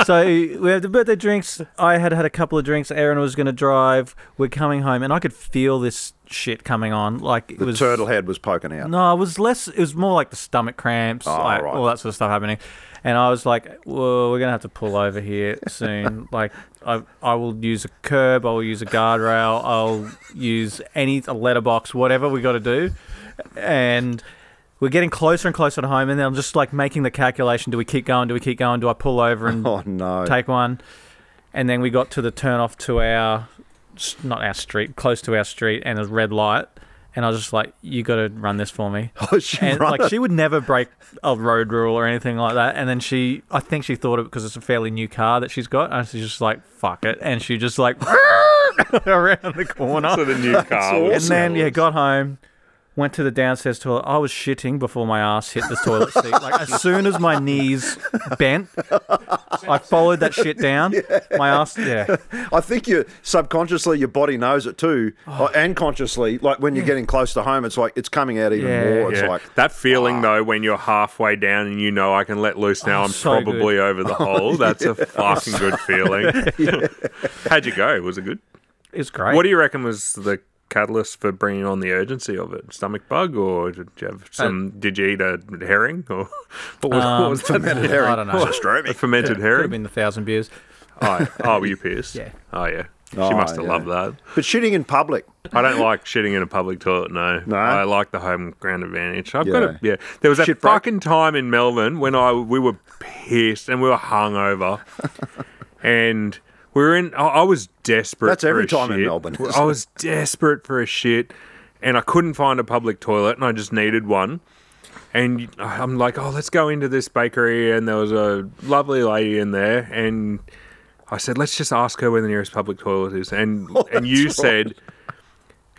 so we had the birthday drinks. I had had a couple of drinks. Aaron was going to drive. We're coming home, and I could feel this shit coming on. Like it the was turtle head was poking out. no, it was less. It was more like the stomach cramps, Oh, like, right. all that sort of stuff happening. And I was like, "Well, we're gonna have to pull over here soon. like, I I will use a curb. I will use a guardrail. I'll use any a letterbox, whatever we got to do." And we're getting closer and closer to home. And then I'm just like making the calculation: Do we keep going? Do we keep going? Do I pull over and Oh no. take one. And then we got to the turn off to our, s- not our street, close to our street, and a red light. And I was just like, you got to run this for me. Oh, she And run like, it. she would never break a road rule or anything like that. And then she, I think she thought it because it's a fairly new car that she's got. And she's just like, fuck it. And she just like, around the corner. So the new car. was- And then, yeah, got home, Went to the downstairs toilet. I was shitting before my ass hit the toilet seat. Like as soon as my knees bent, I followed that shit down. My ass, yeah. I think you subconsciously your body knows it too, uh, and consciously. Like when you're getting close to home, it's like it's coming out even Yeah. more. It's Yeah. like that feeling though when you're halfway down and you know I can let loose now, I'm so good. probably over the hole. That's a fucking good feeling. How'd you go? Was it good? It was great. What do you reckon was the catalyst for bringing on the urgency of it? Stomach bug, or did you have some? did you eat a herring, or what was, what was that? Harry, I don't know. A fermented Could have herring. been the thousand beers. Oh, oh, were you pierced? Yeah. Oh, yeah. She Oh, must have yeah. loved that. But shitting in public, I don't like shitting in a public toilet. No, No? I like the home ground advantage. I've got a Yeah. yeah. There was that Shit break. fucking time in Melbourne when I we were pissed and we were hungover, and we were in. I, I was desperate. That's for every a time in shit. Melbourne, isn't I was desperate for a shit, and I couldn't find a public toilet, and I just needed one. And I'm like, oh, let's go into this bakery, and there was a lovely lady in there, and I said, let's just ask her where the nearest public toilet is, and and you said.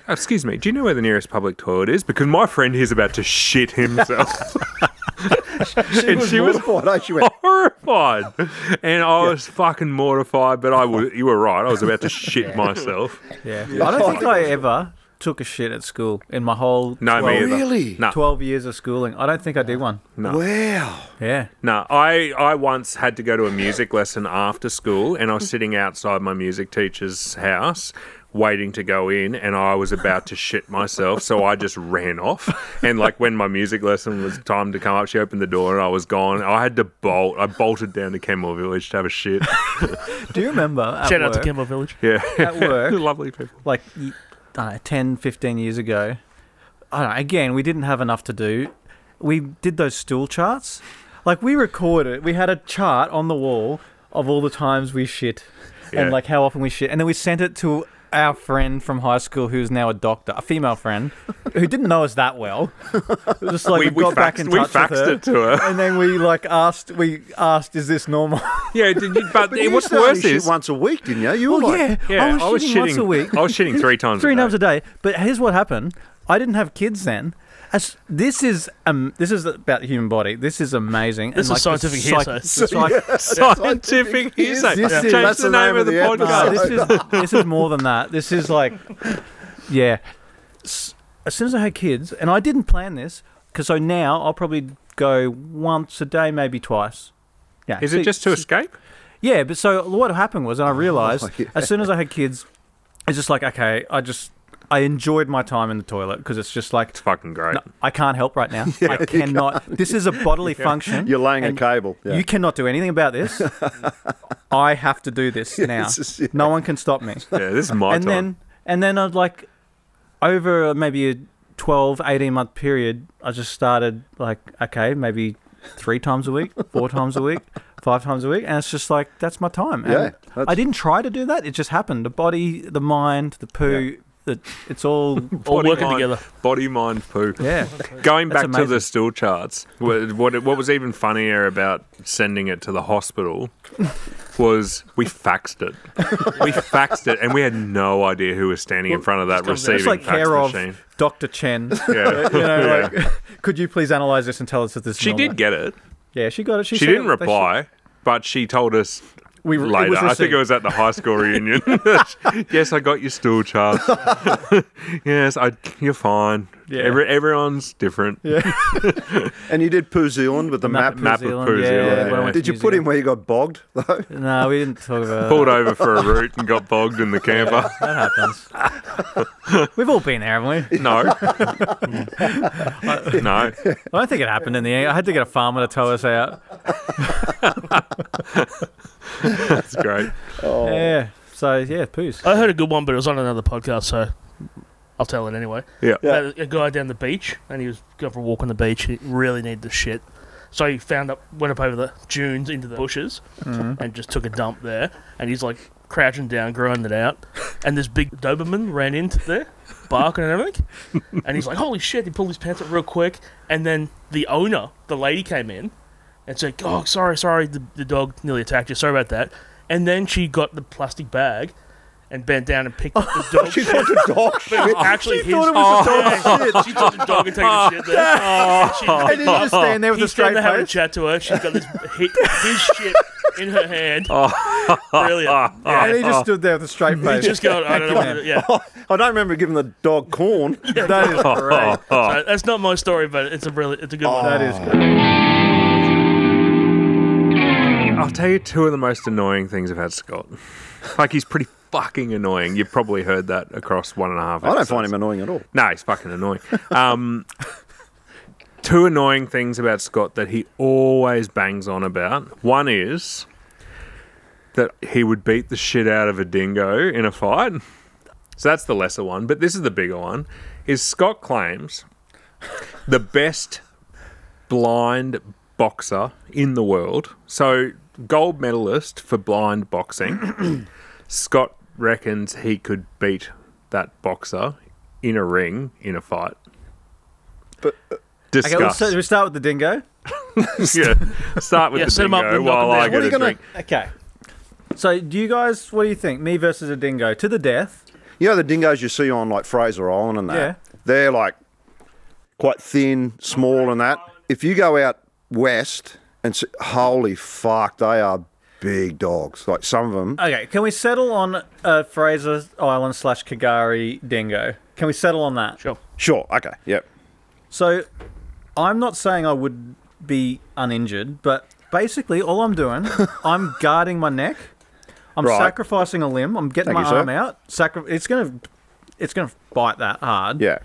"Oh, Excuse me, do you know where the nearest public toilet is? Because my friend here's about to shit himself. she And was she was- mortified. eh? She went, horrified. And I was fucking mortified, but I was, you were right. I was about to shit myself. Yeah. I don't think I ever took a shit at school in my whole No, 12, me either. Really? No, 12 years of schooling. I don't think I did one. "Wow, Yeah. no. I, I once had to go to a music lesson after school, and I was sitting outside my music teacher's house waiting to go in and I was about to shit myself so I just ran off and like when my music lesson was time to come up she opened the door and I was gone I had to bolt I bolted down to Kenmore Village to have a shit Do you remember at Shout out work, to Kimber Village. yeah At work, lovely people like y- I don't know, 10, 15 years ago, I don't know, again, we didn't have enough to do. We did those stool charts. Like we recorded, we had a chart on the wall of all the times we shit Yeah. and like how often we shit. And then we sent it to our friend from high school who's now a doctor, a female friend who didn't know us that well. It was just like we, we, we, got back in faxed, we touch with faxed her. it to her And then we like asked, we asked, is this normal? Yeah, did you, but, you what's used to only worse shit is once a week, didn't you? You were like, yeah, I was shitting once a week. I was shitting three times. three a day. times a day. But here's what happened: I didn't have kids then. As, this is um, this is about the human body. This is amazing. This and is like the scientific psych- hearsay. the psych- Scientific hearsay. This Change is- the, that's the name of the No, podcast. this is this is more than that. This is like, yeah. S- As soon as I had kids, and I didn't plan this, because so now I'll probably go once a day, maybe twice. Yeah. Is it see- just to escape? Yeah, but so what happened was, and I realized yeah. as soon as I had kids, it's just like okay, I just I enjoyed my time in the toilet because it's just like It's fucking great. no, I can't help right now. I cannot. This is a bodily function. you're laying and a cable. Yeah. You cannot do anything about this. I have to do this now. this is- yeah. No one can stop me. Yeah, this is my and time. then and then I'd like over maybe a 12, 18 month period, I just started like okay, maybe three times a week, four times a week, five times a week, and it's just like that's my time. And Yeah, that's- I didn't try to do that. It just happened. The body, the mind, the poo, the, it's all All Body, working mind- together. Body, mind, poo. yeah. Going That's back to amazing. the stool charts, what, what, what was even funnier about sending it to the hospital was we faxed it. We faxed it, and we had no idea who was standing in front of that comes out. receiving It's like fax care machine. of Dr. Chen. Yeah. You know, Yeah. like, could you please analyze this and tell us if this? is She normal? did get it. Yeah, she got it. She, She said didn't it- they reply, but she told us should- We it was later. I think received. it was at the high school reunion. yes, I got your stool chart. yes, I, you're fine. Yeah. Every, everyone's different. and you did Poo Zealand with the Map map. of map New of Zealand, Poo yeah, Zealand, when I yeah. went to Did you New put him Zealand. where you got bogged Oh. though? No, we didn't talk about Pulled over for a route and got bogged in the camper. that. Happens. We've all been there, haven't we? No. no. I don't think it happened in the end. I had to get a farmer to tow us out. It's great. Oh. Yeah. So yeah, poos. Oh. I heard a good one, but it was on another podcast, so I'll tell it anyway. Yeah. About a guy down the beach, and he was going for a walk on the beach. He really needed the shit, so he found up, went up over the dunes into the bushes, and just took a dump there. And he's like crouching down, grinding it out, and this big Doberman ran into there, barking and everything. And he's like, "Holy shit!" He pulled his pants up real quick, and then the owner, the lady, came in and said, "Oh, sorry, sorry, the, the dog nearly attacked you. Sorry about that." And then she got the plastic bag and bent down and picked up the dog She shit. thought the dog shit. Actually, she his thought it was the dog Yeah, She thought the dog had taken a shit there. Oh. I didn't just stand there with a He's trying straight to have a face. chat to her. She's got this his, his shit in her hand. Brilliant. Yeah. And he Oh. just stood there with a straight face. just going, I don't know. What to do. Yeah. I don't remember giving the dog corn. that is great. So that's not my story, but it's a really, it's a Oh. good one. That is Oh. great. I'll tell you two of the most annoying things I've had Scott. Like he's pretty fucking annoying. You've probably heard that across one and a half. I don't episodes. find him annoying at all. No, he's fucking annoying. Um, two annoying things about Scott that he always bangs on about. One is that he would beat the shit out of a dingo in a fight. So that's the lesser one, but this is the bigger one. Is Scott claims the best blind boxer in the world. So gold medalist for blind boxing. Scott reckons he could beat that boxer in a ring in a fight. But- Okay, let's Discuss. so we start with the dingo. yeah. Start with Yeah, the set 'em up, dingo then knock 'em while I down. get What a are you gonna- drink. Okay. So, do you guys, what do you think? Me versus a dingo to the death. You know the dingoes you see on like Fraser Island and that? Yeah. They're like quite thin, small and that. If you go out west and see, holy fuck, they are big dogs. Like some of them. Okay, can we settle on uh, Fraser Island slash Kagari dingo? Can we settle on that? Sure. Sure, okay, yep. So, I'm not saying I would be uninjured, but basically, all I'm doing, I'm guarding my neck. I'm Right. sacrificing a limb. I'm getting Thank my you, sir. arm out. Sacri- it's gonna, it's gonna bite that hard. Yeah.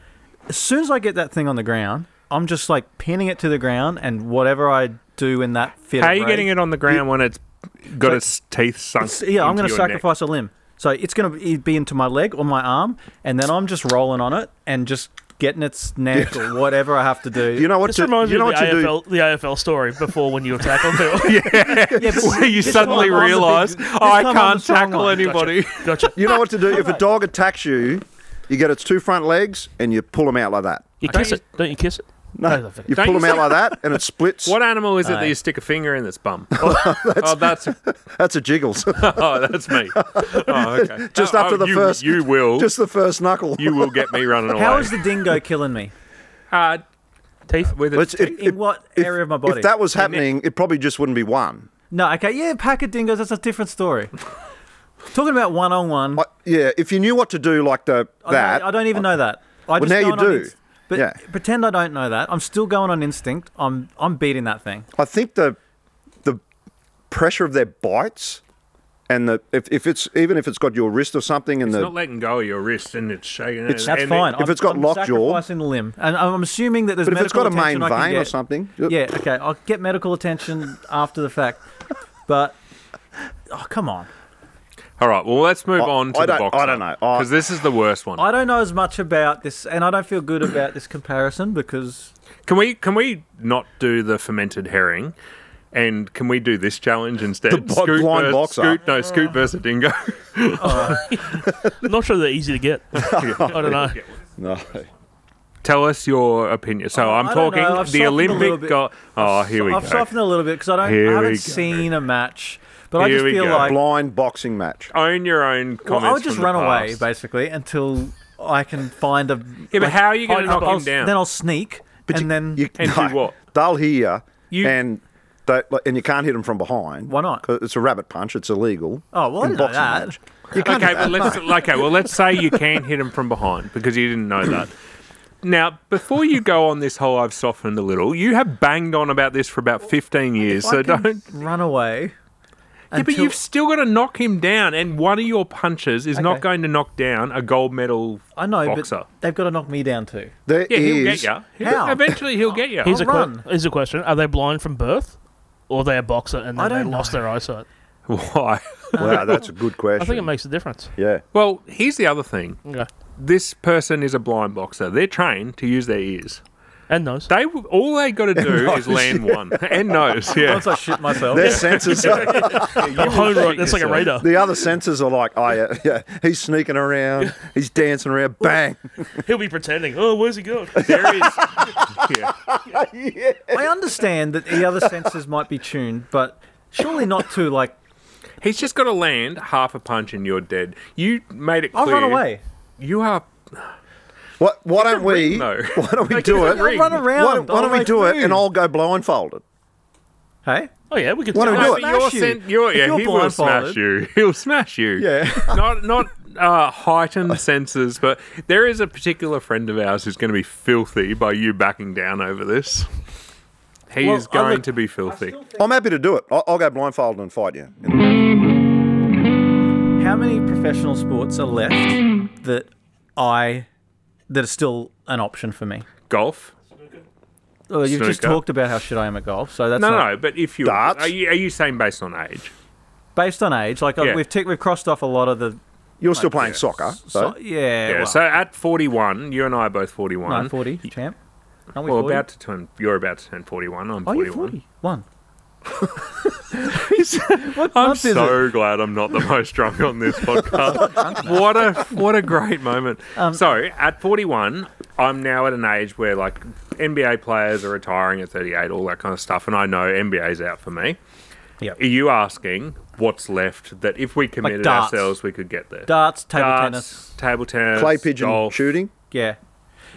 As soon as I get that thing on the ground, I'm just like pinning it to the ground, and whatever I do in that fit. How are you getting it on the ground when it's got its teeth sunk? Yeah, I'm going into to your neck? sacrifice a limb. So it's going to be into my leg or my arm, and then I'm just rolling on it and just getting its neck or whatever I have to do. You know what This to, reminds you know me of what the you do? AFL, the AFL story before when you were tackled. Yeah, but Where you this suddenly time I'm the big- realise this oh, I time I'm can't the strong tackle one." anybody. Gotcha. You know what to do? If a dog attacks you, you get its two front legs and you pull them out like that. You kiss it, don't you kiss it? No. You Don't pull you them out like that and it splits. What animal is it that you stick a finger in its bum? Oh, that's That's a jiggles. oh, that's me. Oh, okay. Just Oh, after oh, the you, first- you will, Just the first knuckle. you will get me running away. How is the dingo killing me? uh, Teeth. with But it's- its it- In what if- area of my body? If that was happening, it probably just wouldn't be one. no, okay, yeah, pack of dingoes. That's a different story. Talking about one on one, I, yeah, if you knew what to do like the that, I don't even know that. I Well, now you going on do. inst- but Yeah. pretend I don't know that. I'm still going on instinct. I'm I'm beating that thing. I think the the pressure of their bites and the if, if it's even if it's got your wrist or something and It's the not letting go of your wrist and it's shaking. it. That's and fine. It, if I'm- it's got I'm lockjaw- sacrificing the limb, and I'm assuming that there's. but if it's got a medical main attention I can vein or get. something, Yeah, okay. I'll get medical attention after the fact. But oh, come on. all right. Well, let's move I- on to I the don't- box. I don't know. I- because this is the worst one. I don't know as much about this and I don't feel good about this comparison because Can we can we not do the fermented herring? And can we do this challenge instead? The bo- blind versus, boxer. Scoot, no, Oh. Scoot versus Dingo. I'm not sure they're easy to get. I don't know. no. Tell us your opinion. So I'm Oh, I don't talking know. I've the softened a little Olympic. bit. Go- oh, here we I've go. softened a little bit because I don't Here I we haven't go. seen a match. But Here I we just feel go. like blind boxing match. Own your own comments. well, I would just from the run away past. basically until I can find a Yeah, but how are you going to I'll- knock I'll- him down? Then I'll sneak and then You, And do what? They'll hear You- and they, like, and you can't hit them from behind. Why not? 'Cause It's a rabbit punch. It's illegal. Oh, well, I in didn't know boxing that. match. You can't Okay, do that. well let's okay, well let's say you can hit him from behind because you didn't know that. Now, before you go on this whole I've softened a little, you have banged on about this for about 15 years, so I can don't run away. Yeah, but until- you've still got to knock him down and one of your punches is not Okay. going to knock down a gold medal I know, boxer. but they've got to knock me down too. There Yeah, he'll is- get you. How? Eventually he'll get you. Here's a, I'll que- run. here's a question: Are they blind from birth, or are they a boxer and I then they don't lost their eyesight? Why? Wow, that's a good question. I think it makes a difference. yeah. Well, here's the other thing. Okay. This person is a blind boxer. They're trained to use their ears. And nose. They all they got to do is land one and nose. Yeah. Once I shit myself. Their senses are, The home run- That's like a yourself. radar. the other senses are like, oh yeah, yeah, he's sneaking around, he's dancing around, bang. He'll be pretending. Oh, where's he going? There is. Yeah. I understand that the other senses might be tuned, but surely not to like He's just got to land half a punch and you're dead. You made it clear. I'll run away. You are. What? Why don't we? ring, though. Why don't we Like, do it's a it? ring. I'll run around. Why, why I'll don't we make do it and food. I'll go blindfolded? Hey, Oh yeah, we could. Why don't No, we do it. do but you're Smash you. sent- you're- If yeah, you're he will smash blindfolded- you. He'll smash you. Yeah. not not uh, heightened senses, but there is a particular friend of ours who's going to be filthy by you backing down over this. He Well, is I going look- to be filthy. I'm happy to do it. I'll, I'll go blindfolded and fight you. how many professional sports are left that I that are still an option for me? Golf? Well, you've just Snooker. talked about how shit I am at golf, so that's No, not, no. But if you are Darts? you, are you saying based on age? based on age. Like Yeah. I, we've tick we've crossed off a lot of the. You're still playing soccer, so so- yeah, Yeah. well, so at 41, you and I are both 41. no, forty champ. Aren't we Well, 40? about to turn. You're about to turn 41. I'm Are 41. you 41? what I'm month is it? so glad I'm not the most drunk on this podcast. what a what a great moment. Um, so at 41, I'm now at an age where like NBA players are retiring at 38, all that kind of stuff, and I know NBA's out for me. Yep. Are you asking what's left that if we committed darts. ourselves we could get there? Darts, table Darts, tennis. table tennis, clay pigeon golf. shooting, Yeah.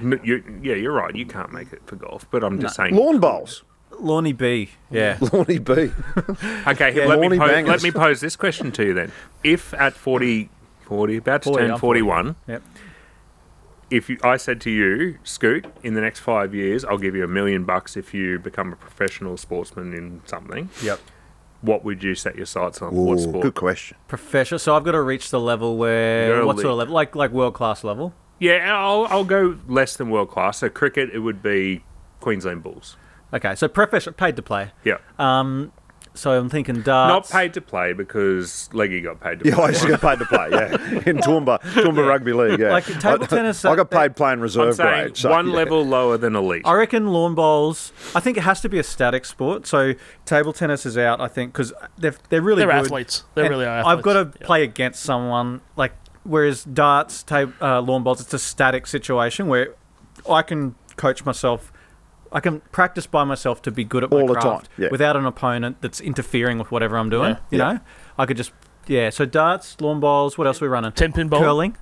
N- you- yeah, you're right. You can't make it for golf, but I'm just saying. lawn bowls, Lawny B. Yeah. lawny B. Okay, Yeah, let, me Lordy pose, bangers. let me pose this question to you then. If at 40, 40 about to 40, turn I'm 41, Yep. if you, I said to you, Scoot, in the next five years, I'll give you a million bucks if you become a professional sportsman in something, Yep. what would you set your sights on? Ooh, what sport? good question. Professional. So I've got to reach the level where You're a what sort league. of level? Like like world class level. Yeah, I'll, I'll go less than world class. So cricket, it would be Queensland Bulls. Okay. So professional, paid to play. Yeah. Um. So I'm thinking darts. Not paid to play because Leggy got paid to Yeah, play. I used to get paid to play. Yeah, in Toowoomba, Toowoomba Rugby League. Yeah, Like, table tennis, I, uh, got paid playing I'm reserve saying grade. So, one yeah. level lower than elite. I reckon lawn bowls. I think it has to be a static sport. So table tennis is out. I think because they're they're really They're good. athletes. They And really are. I've got athletes. to play against someone. Like whereas darts, table, uh, lawn bowls, it's a static situation where I can coach myself. I can practice by myself to be good at my All the craft time, yeah. without an opponent that's interfering with whatever I'm doing. Yeah. You Yeah. know, I could just yeah. So darts, lawn bowls. What else are we running? Ten pin bowling? curling.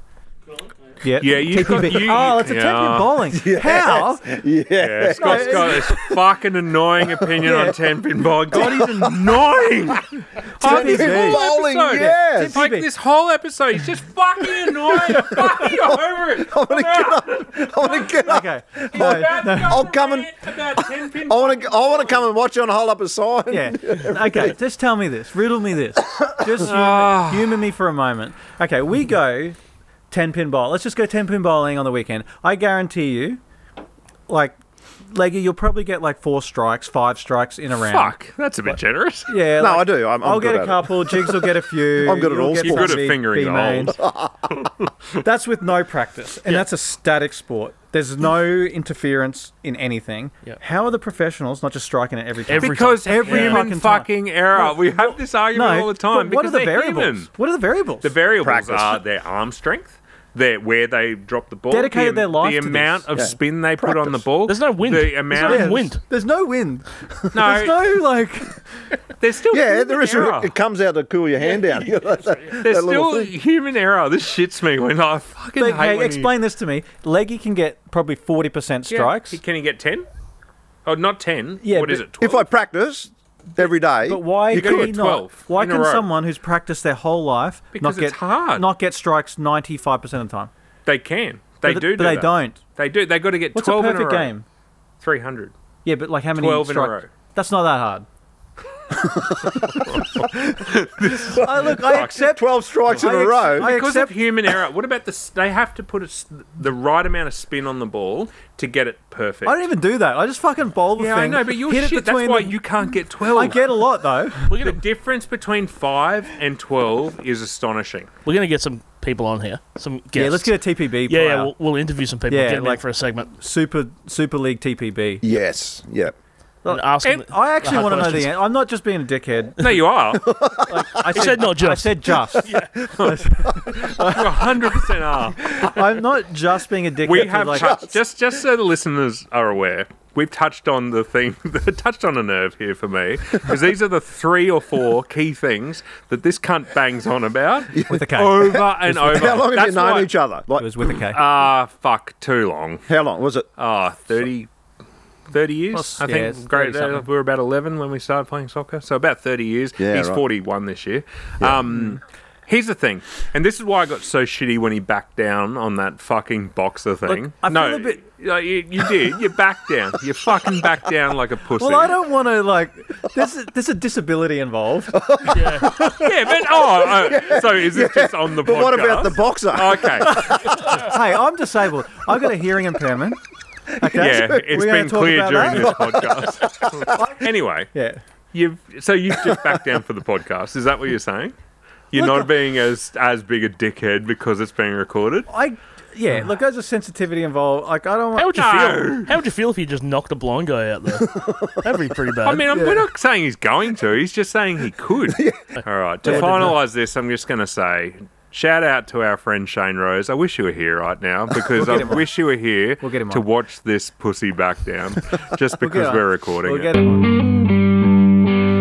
Yeah, Yeah, you've got- TPB. you- oh, it's a ten yeah. pin bowling. How? Yeah, Scott's it's- got this fucking annoying opinion on ten pin bowling. God, he's annoying. On this Ten-pin whole bowling, episode, yes. It's like Ten-pin. this whole episode, he's just fucking annoying. I'm fucking over it. I want to get up. I want to get up. Okay. He's No, about no. to go I'll on a come and- rant about ten-pin I want to. I want to come and watch you on hold up a sign. Yeah. Okay. Just tell me this. Riddle me this. Just humor, Ah. humor me for a moment. Okay. We go ten pin bowl. Let's just go ten pin bowling on the weekend. I guarantee you, like, Leggy, you'll probably get like four strikes, five strikes in a round. Ah, Fuck, that's a bit generous. Yeah. No, like, I do. I'm, I'm will good get a at it. couple. Jigs will get a few. I'm good at you'll all get sports. You're good at some fingering B- the mains. that's with no practice, and that's a static sport. There's no interference in anything. Yep. How are the professionals not just striking at every? Every- Because time. every Yeah. Fucking time. human fucking error, we have this argument all the time. but what are because the they're variables? human. What are the variables? The variables Practice. are their arm strength, their where they drop the ball, Dedicated the, their am- life the to amount this. of Yeah. spin they put on the Practice. ball. There's no wind. The There's amount no wind. There's no wind. No, There's no like. There's still Yeah, human there is. error. It comes out to cool your hand down. That- that There's little still thing. human error. This shits me when I fucking Like, hate hey, when explain this to me. Leggy can get probably forty percent you, Yeah, strikes. he- Can he get ten? Oh, not ten. Yeah, what is but- it? 12? If I practice every day, But why You can gotta he get not? 12 Why in a can row. someone who's practiced their whole life Because not get it's hard. not get strikes ninety five percent of the time? they can. They but, do. but do they that. don't. They do. They got to get What's a twelve in a perfect row. game? Three hundred. Yeah, but like how many 12 in a strike- row. That's not that hard. I look, I accept. twelve strikes in I a ex- row. I Because of accept. human error. What about the? s- They have to put a s the right amount of spin on the ball to get it perfect. I don't even do that. I just fucking bowl the yeah, thing. I know, but you're hit shit. It That's between why the- you can't get twelve. I get a lot though. We're the gonna difference between five and twelve is astonishing. we're gonna get some people on here. Some guests. Yeah, let's get a TPB. Yeah, player. yeah, we'll, we'll interview some people. Yeah, get them in like- for a segment. Super Super League TPB. yes. Yeah. And ask and them the- I actually the hard want to know questions. the answer. I'm not just being a dickhead. No, you are. I said not I just. said just. You 100 percent are. I'm not just being a dickhead. We to, have like, touched, just just so the listeners are aware, we've touched on the thing that touched on a nerve here for me because these are the three or four key things that this cunt bangs on about With a K. over and over. How long have That's you known why- each other? Like, It was with a K. Ah, fuck, too long. how long was it? Ah, 30, 30 years. Plus, I yeah, it's think great. 30 something. we were about eleven when we started playing soccer, so about thirty years. Yeah, He's right. forty-one this year. Um, here's the thing, and this is why I got so shitty when he backed down on that fucking boxer thing. I feel no, a bit- like, you, you did. You backed down. You fucking backed down like a pussy. Well, I don't want to like. There's a, there's a disability involved. Yeah, but oh, oh, so is this just on the But podcast? what about the boxer? Okay, hey, I'm disabled. I've got a hearing impairment. Okay. yeah, it's gonna been talk clear about during that? this podcast. anyway, Yeah. You've so you've just backed down for the podcast. Is that what you're saying? You're not being as as big a dickhead because it's being recorded. I. Yeah. Look, there's a sensitivity involved. Like I don't. How want would you No. feel? How would you feel if you just knocked a blind guy out there? That'd be pretty bad. I mean, I'm, we're not saying he's going to. He's just saying he could. All right. To finalise this, I'm just going to say shout out to our friend Shane Rose. I wish you were here right now because I him on. wish you were here We'll get him to on. watch this pussy back down just because on. we're recording We'll it. get him on.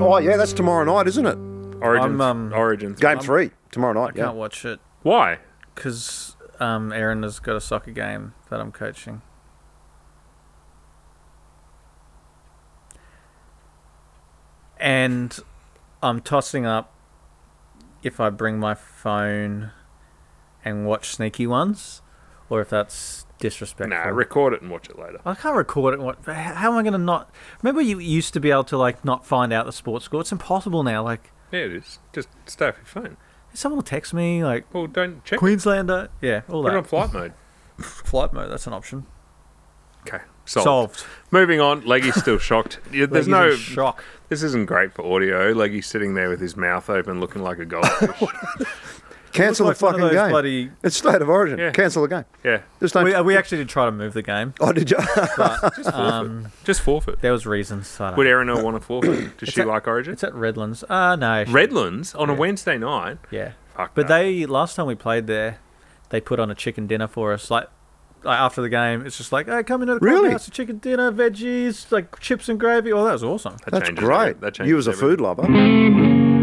Oh yeah, that's tomorrow night, isn't it? Origins. I'm, um, Origins. Game three tomorrow night. Can't Yeah. watch it Why? because um, Aaron has got a soccer game that I'm coaching. And I'm tossing up if I bring my phone and watch sneaky ones, or if that's disrespectful. Nah, record it and watch it later. I can't record it. What? How am I going to not? Remember, you used to be able to like not find out the sports score. It's impossible now. Like, Yeah, it is. Just stay off your phone. someone will text me like Well, don't check. Queenslander. Yeah, all Put it on that. flight mode. Flight mode. That's an option. Okay. Solved. Moving on, Leggy's still shocked. Yeah, Like, There's he's in no. shock. This isn't great for audio. Leggy's sitting there with his mouth open, looking like a goldfish. Cancel Looks the like one fucking of those game. bloody- It's state of origin. Yeah. Cancel the game. yeah, Just don't. We, uh, we actually did try to move the game, oh, did you? but um, just forfeit. there was reasons. I don't Would know. Erin want to forfeit? Does she at- like Origin? It's at Redlands. Uh no. she- Redlands on a Wednesday night. Yeah. Fuck. But no. they last time we played there, they put on a chicken dinner for us. Like, like after the game, it's just like, hey, come into the Really? clubhouse, a chicken dinner, veggies, like chips and gravy. Oh, that was awesome. That That's changes great. every- that changes you was a everything. food lover.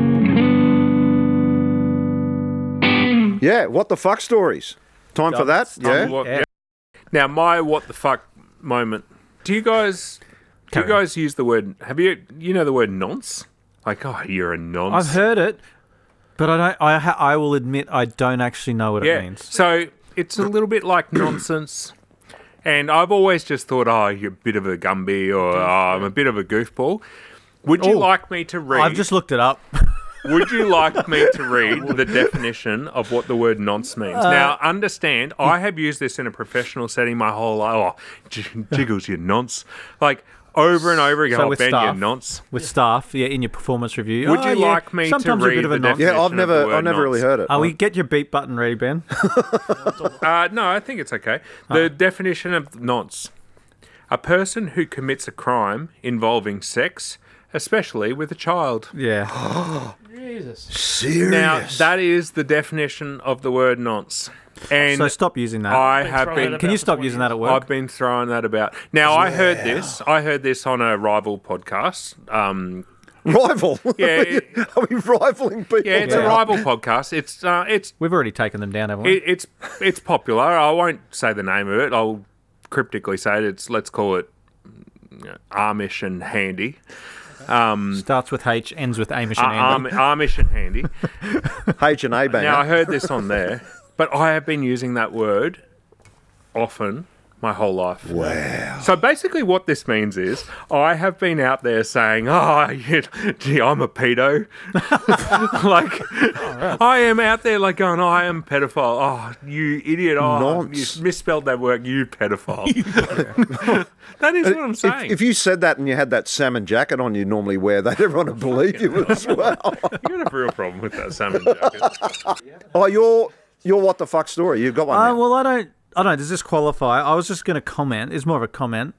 Yeah. What the fuck stories? Time for that. Dumb- Yeah. What- Yeah. yeah. Now my what the fuck moment. Do you guys? Do you Carry on. guys use the word? Have you? You know the word nonce? Like, oh, you're a nonce. I've heard it, but I don't. I ha- I will admit I don't actually know what yeah. it means. So it's a little bit like nonsense. And I've always just thought, oh, you're a bit of a Gumby or oh, I'm a bit of a goofball. Would you Oh, like me to read? I've just looked it up. Would you like me to read the definition of what the word nonce means? Uh, now, understand, I have used this in a professional setting my whole life. Oh, j- jiggles, you nonce. Like over and over again, So oh, with Ben, you staff. nonce. with staff, yeah, in your performance review. Would Oh, you yeah, like me to Sometimes you're a read bit of a the nonce. definition? Yeah. I've definition of the never. word I never really nonce. heard it. Oh, we get your beep button ready, Ben. Uh, no, I think it's okay. The definition of nonce a person who commits a crime involving sex, especially with a child. yeah. Serious. Now, that is the definition of the word nonce. And So stop using that. I have throwing been it Can you About stop for using 20 that at I've work? been throwing that about. Now I heard this. I heard this on a rival podcast. Um, Rival. Yeah, it- Are we rivaling people? yeah, it's a Yeah. rival podcast. It's uh, it's We've already taken them down, haven't we? it, it's it's popular. I won't say the name of it. I'll cryptically say it. It's let's call it you know, Amish and Handy. Starts with H, ends with Amish Uh, and Andy. Am- Amish and Handy. H and Now A I banner. heard this on there, but I have been using that word often my whole life. Wow. So basically, what this means is I have been out there saying, "Oh, you gee, I'm a pedo." like I am out there, like going, "I am pedophile." Oh, you idiot! Oh, Nonce. you misspelled that word. You pedophile. that is what I'm saying. If, if you said that and you had that salmon jacket on you normally wear, they'd everyone would believe you as well. you got a real problem with that salmon jacket. Oh, your your what the fuck story? You've got one. Uh, now. well, I don't. I don't. know. Does this qualify? I was just going to comment. It's more of a comment.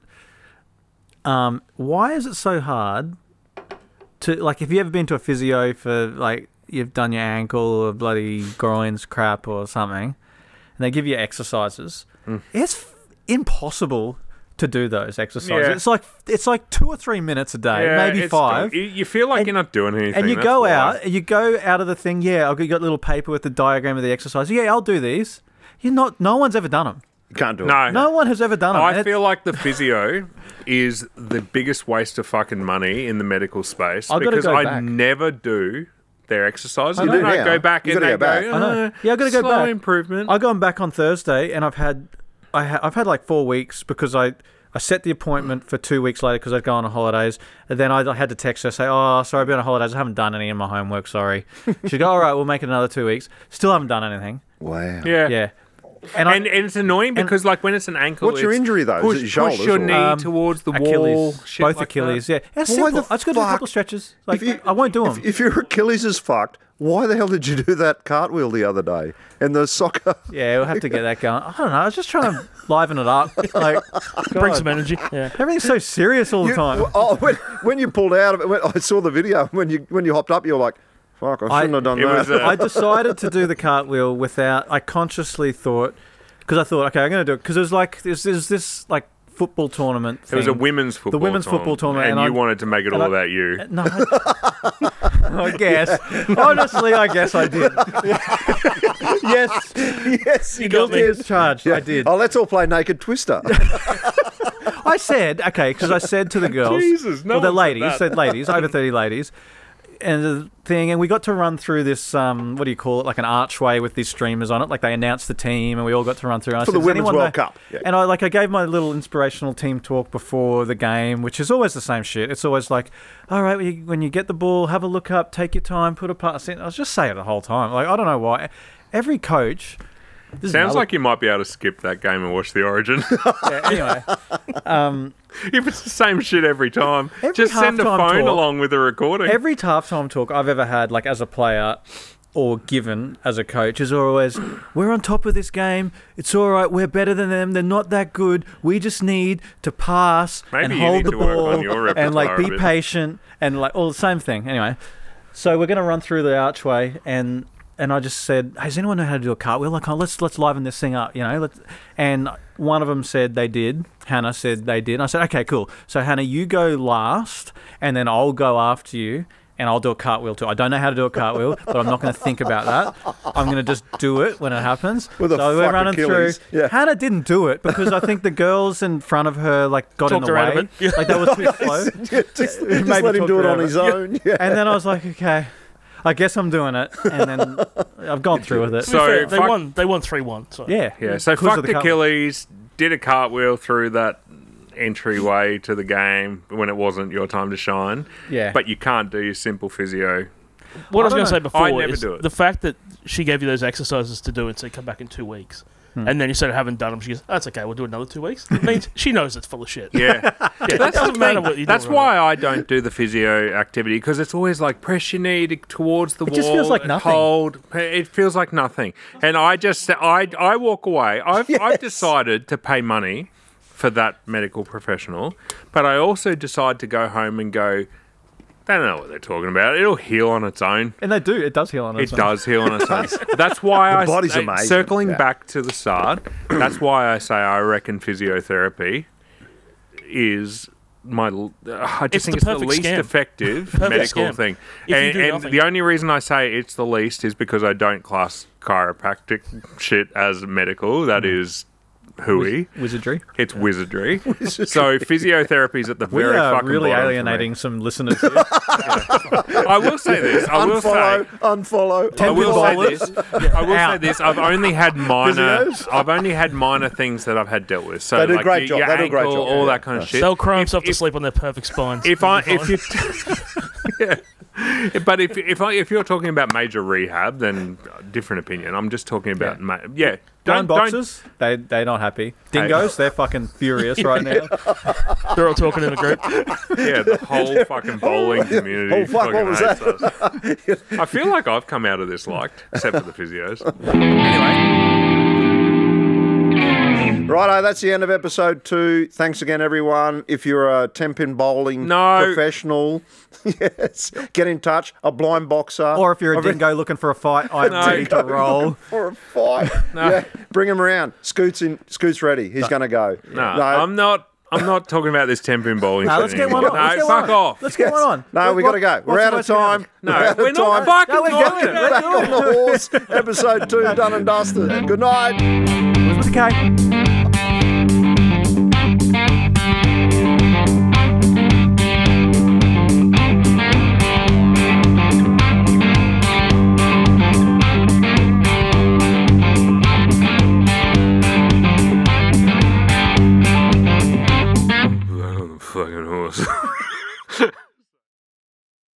Um, why is it so hard to like? If you ever been to a physio for like you've done your ankle or bloody groins Mm. crap or something, and they give you exercises, it's f- impossible to do those exercises. Yeah. It's like it's like two or three minutes a day, Yeah, maybe it's- five. You, you feel like And- you're not doing anything. and you that's go why. out, you go out of the thing. Yeah, I've got- you got little paper with the diagram of the exercise. Yeah, I'll do these. You're not. No one's ever done them. You can't do it. No, No one has ever done them. I feel like the physio is the biggest waste of fucking money in the medical space I've gotta because go I back. never do their exercises. You and do I now. go back You and gotta they go back. go, I know. "Uh, Yeah, I've got to go slow back. improvement. I've gone back on Thursday and I've had, I ha- I've had like four weeks because I, I set the appointment for two weeks later because I'd gone on holidays. And then I had to text her say, oh, sorry, I've been on holidays. I haven't done any of my homework. Sorry. She'd go, all right, we'll make it another two weeks. Still haven't done anything. Wow. yeah. Yeah. And, And, I, and it's annoying because, like, when it's an ankle, What's your it's injury, though? Is Push, it your push shoulders your or- knee um, towards the wall. Achilles, Shit both like that. Achilles. Yeah, it's Well, why simple. the I just got to do a fuck- couple of stretches. Like you- I won't do them. If, if your Achilles is fucked, why the hell did you do that cartwheel the other day? And the soccer. yeah, we'll have to get that going. I don't know. I was just trying to liven it up. Like, Bring God. some energy. Yeah. everything's so serious all the You- time. Oh, when, when you pulled out of it, when, I saw the video. When you when you hopped up, you were like, "Fuck, I shouldn't I- have done It that." was, uh, I decided to do the cartwheel without. I consciously thought because I thought, okay, I'm going to do it because it was like there's, there's this like football tournament. It was a thing. women's football. women's tournament, football tournament, and, and you I- wanted to make it all and I- about you. No, I, I guess. Honestly, I guess I did. yes, yes, you guilty as charged. I did. Oh, let's all play naked twister. I said okay because I said to the girls, Jesus, no well, the one said ladies, that. said ladies, over thirty ladies, and the thing, and we got to run through this. Um, what do you call it? Like an archway with these streamers on it. Like they announced the team, and we all got to run through. And I For said, the "Does Women's anyone World Cup, yeah. And I like I gave my little inspirational team talk before the game, which is always the same shit. It's always like, all right, when you, when you get the ball, have a look up, take your time, put a pass in. I was just saying it the whole time. Like I don't know why. Every coach. this is Sounds another- like you might be able to skip that game and watch the origin. Yeah, anyway. if it's the same shit every time, Every just send a halftime phone talk- along with a recording. Every halftime talk I've ever had, like as a player or given as a coach, is always, "We're on top of this game. It's all right. We're better than them. They're not that good. We just need to pass Maybe and you hold need the to work on ball your and like repertoire a be bit. patient and like all the same thing." Anyway, so we're gonna run through the archway and. And I just said, hey, "Does anyone know how to do a cartwheel? Like, oh, let's let's liven this thing up, you know." Let's, and one of them said they did. Hannah said they did. And I said, "Okay, cool. So Hannah, you go last, and then I'll go after you, and I'll do a cartwheel too. I don't know how to do a cartwheel, but I'm not going to think about that. I'm going to just do it when it happens." With a so we're fuck running Achilles. through. Yeah. Hannah didn't do it because I think the girls in front of her like got Talked in the her out of way. it. Like they were too slow. just just Maybe let him talk do it on forever. his own. Yeah. And then I was like, okay, I guess I'm doing it. And then I've gone through with it. To be So, fair, they fuck- won. They won three one. So yeah. yeah, so 'Cause of fucked the colour. Achilles, did a cartwheel through that entryway to the game when it wasn't your time to shine. Yeah. But you can't do your simple physio. What I, was I going to don't say know. before I never is do it. the fact that she gave you those exercises to do and said come back in two weeks, Hmm. and then you said I haven't done them. She goes, "That's okay. We'll do another two weeks." It means she knows it's full of shit. Yeah. Yeah, it doesn't matter what you do. That's or not. why I don't do the physio activity because it's always like press your knee to, towards the wall. just feels like and nothing. Hold. It feels like nothing. And I just I I walk away. I've I've decided to pay money for that medical professional, but I also decide to go home and go. They don't know what they're talking about. It'll heal on its own. And they do. It does heal on It its own. does heal on its own. That's why I body's uh, amazing, Circling yeah. back to the start, that's why I say I reckon physiotherapy is my. l- Uh, I just think It's the it's the perfect least scam. effective Perfect medical scam. thing, If you and, do and nothing. the only reason I say it's the least is because I don't class chiropractic shit as medical. That is hooey. Wizardry. It's wizardry. So physiotherapy is at the We very are fucking really bottom for me. alienating some listeners here. I will say this. I will say unfollow, unfollow. I Temple will say bowlers. this. I will say Out. this. I've only had minor. Physios. I've only had minor things that I've had dealt with. So They do a like great your, your job. They do a great ankle, job. all Yeah. that kind of shit. They'll cry If- themselves to if- sleep on their perfect spines. If I, if you, yeah, but if if I, if you're talking about major rehab, then different opinion. I'm just talking about yeah. Ma- yeah. Don't, Don't don't boxers, they they're not happy. Dingoes, they're fucking furious right now. they're all talking in a group. yeah. The whole fucking bowling community. Oh, fuck, what fucking was hates us. I feel like I've come out of this liked, except for the physios. Anyway, Righto, that's the end of episode two. Thanks again, everyone. If you're a ten pin bowling No. professional, yes, get in touch. A blind boxer, Or if you're a I've been- dingo looking for a fight, I'm No. ready to roll. for a fight, yeah, bring him around. Scoots in, Scoots ready. He's gonna go. no, I'm not. I'm not talking about this ten pin bowling. Nah, shit let's get one on. anymore. Let's No, get fuck one on. off. Let's get one on. No, we What- got to go. We're what's out the of worst we can time. have? No, we're out of we're not time. fucking No, we're going. doing it. Let's Back do it. on the horse. Episode two, done and dusted. Good night. Okay.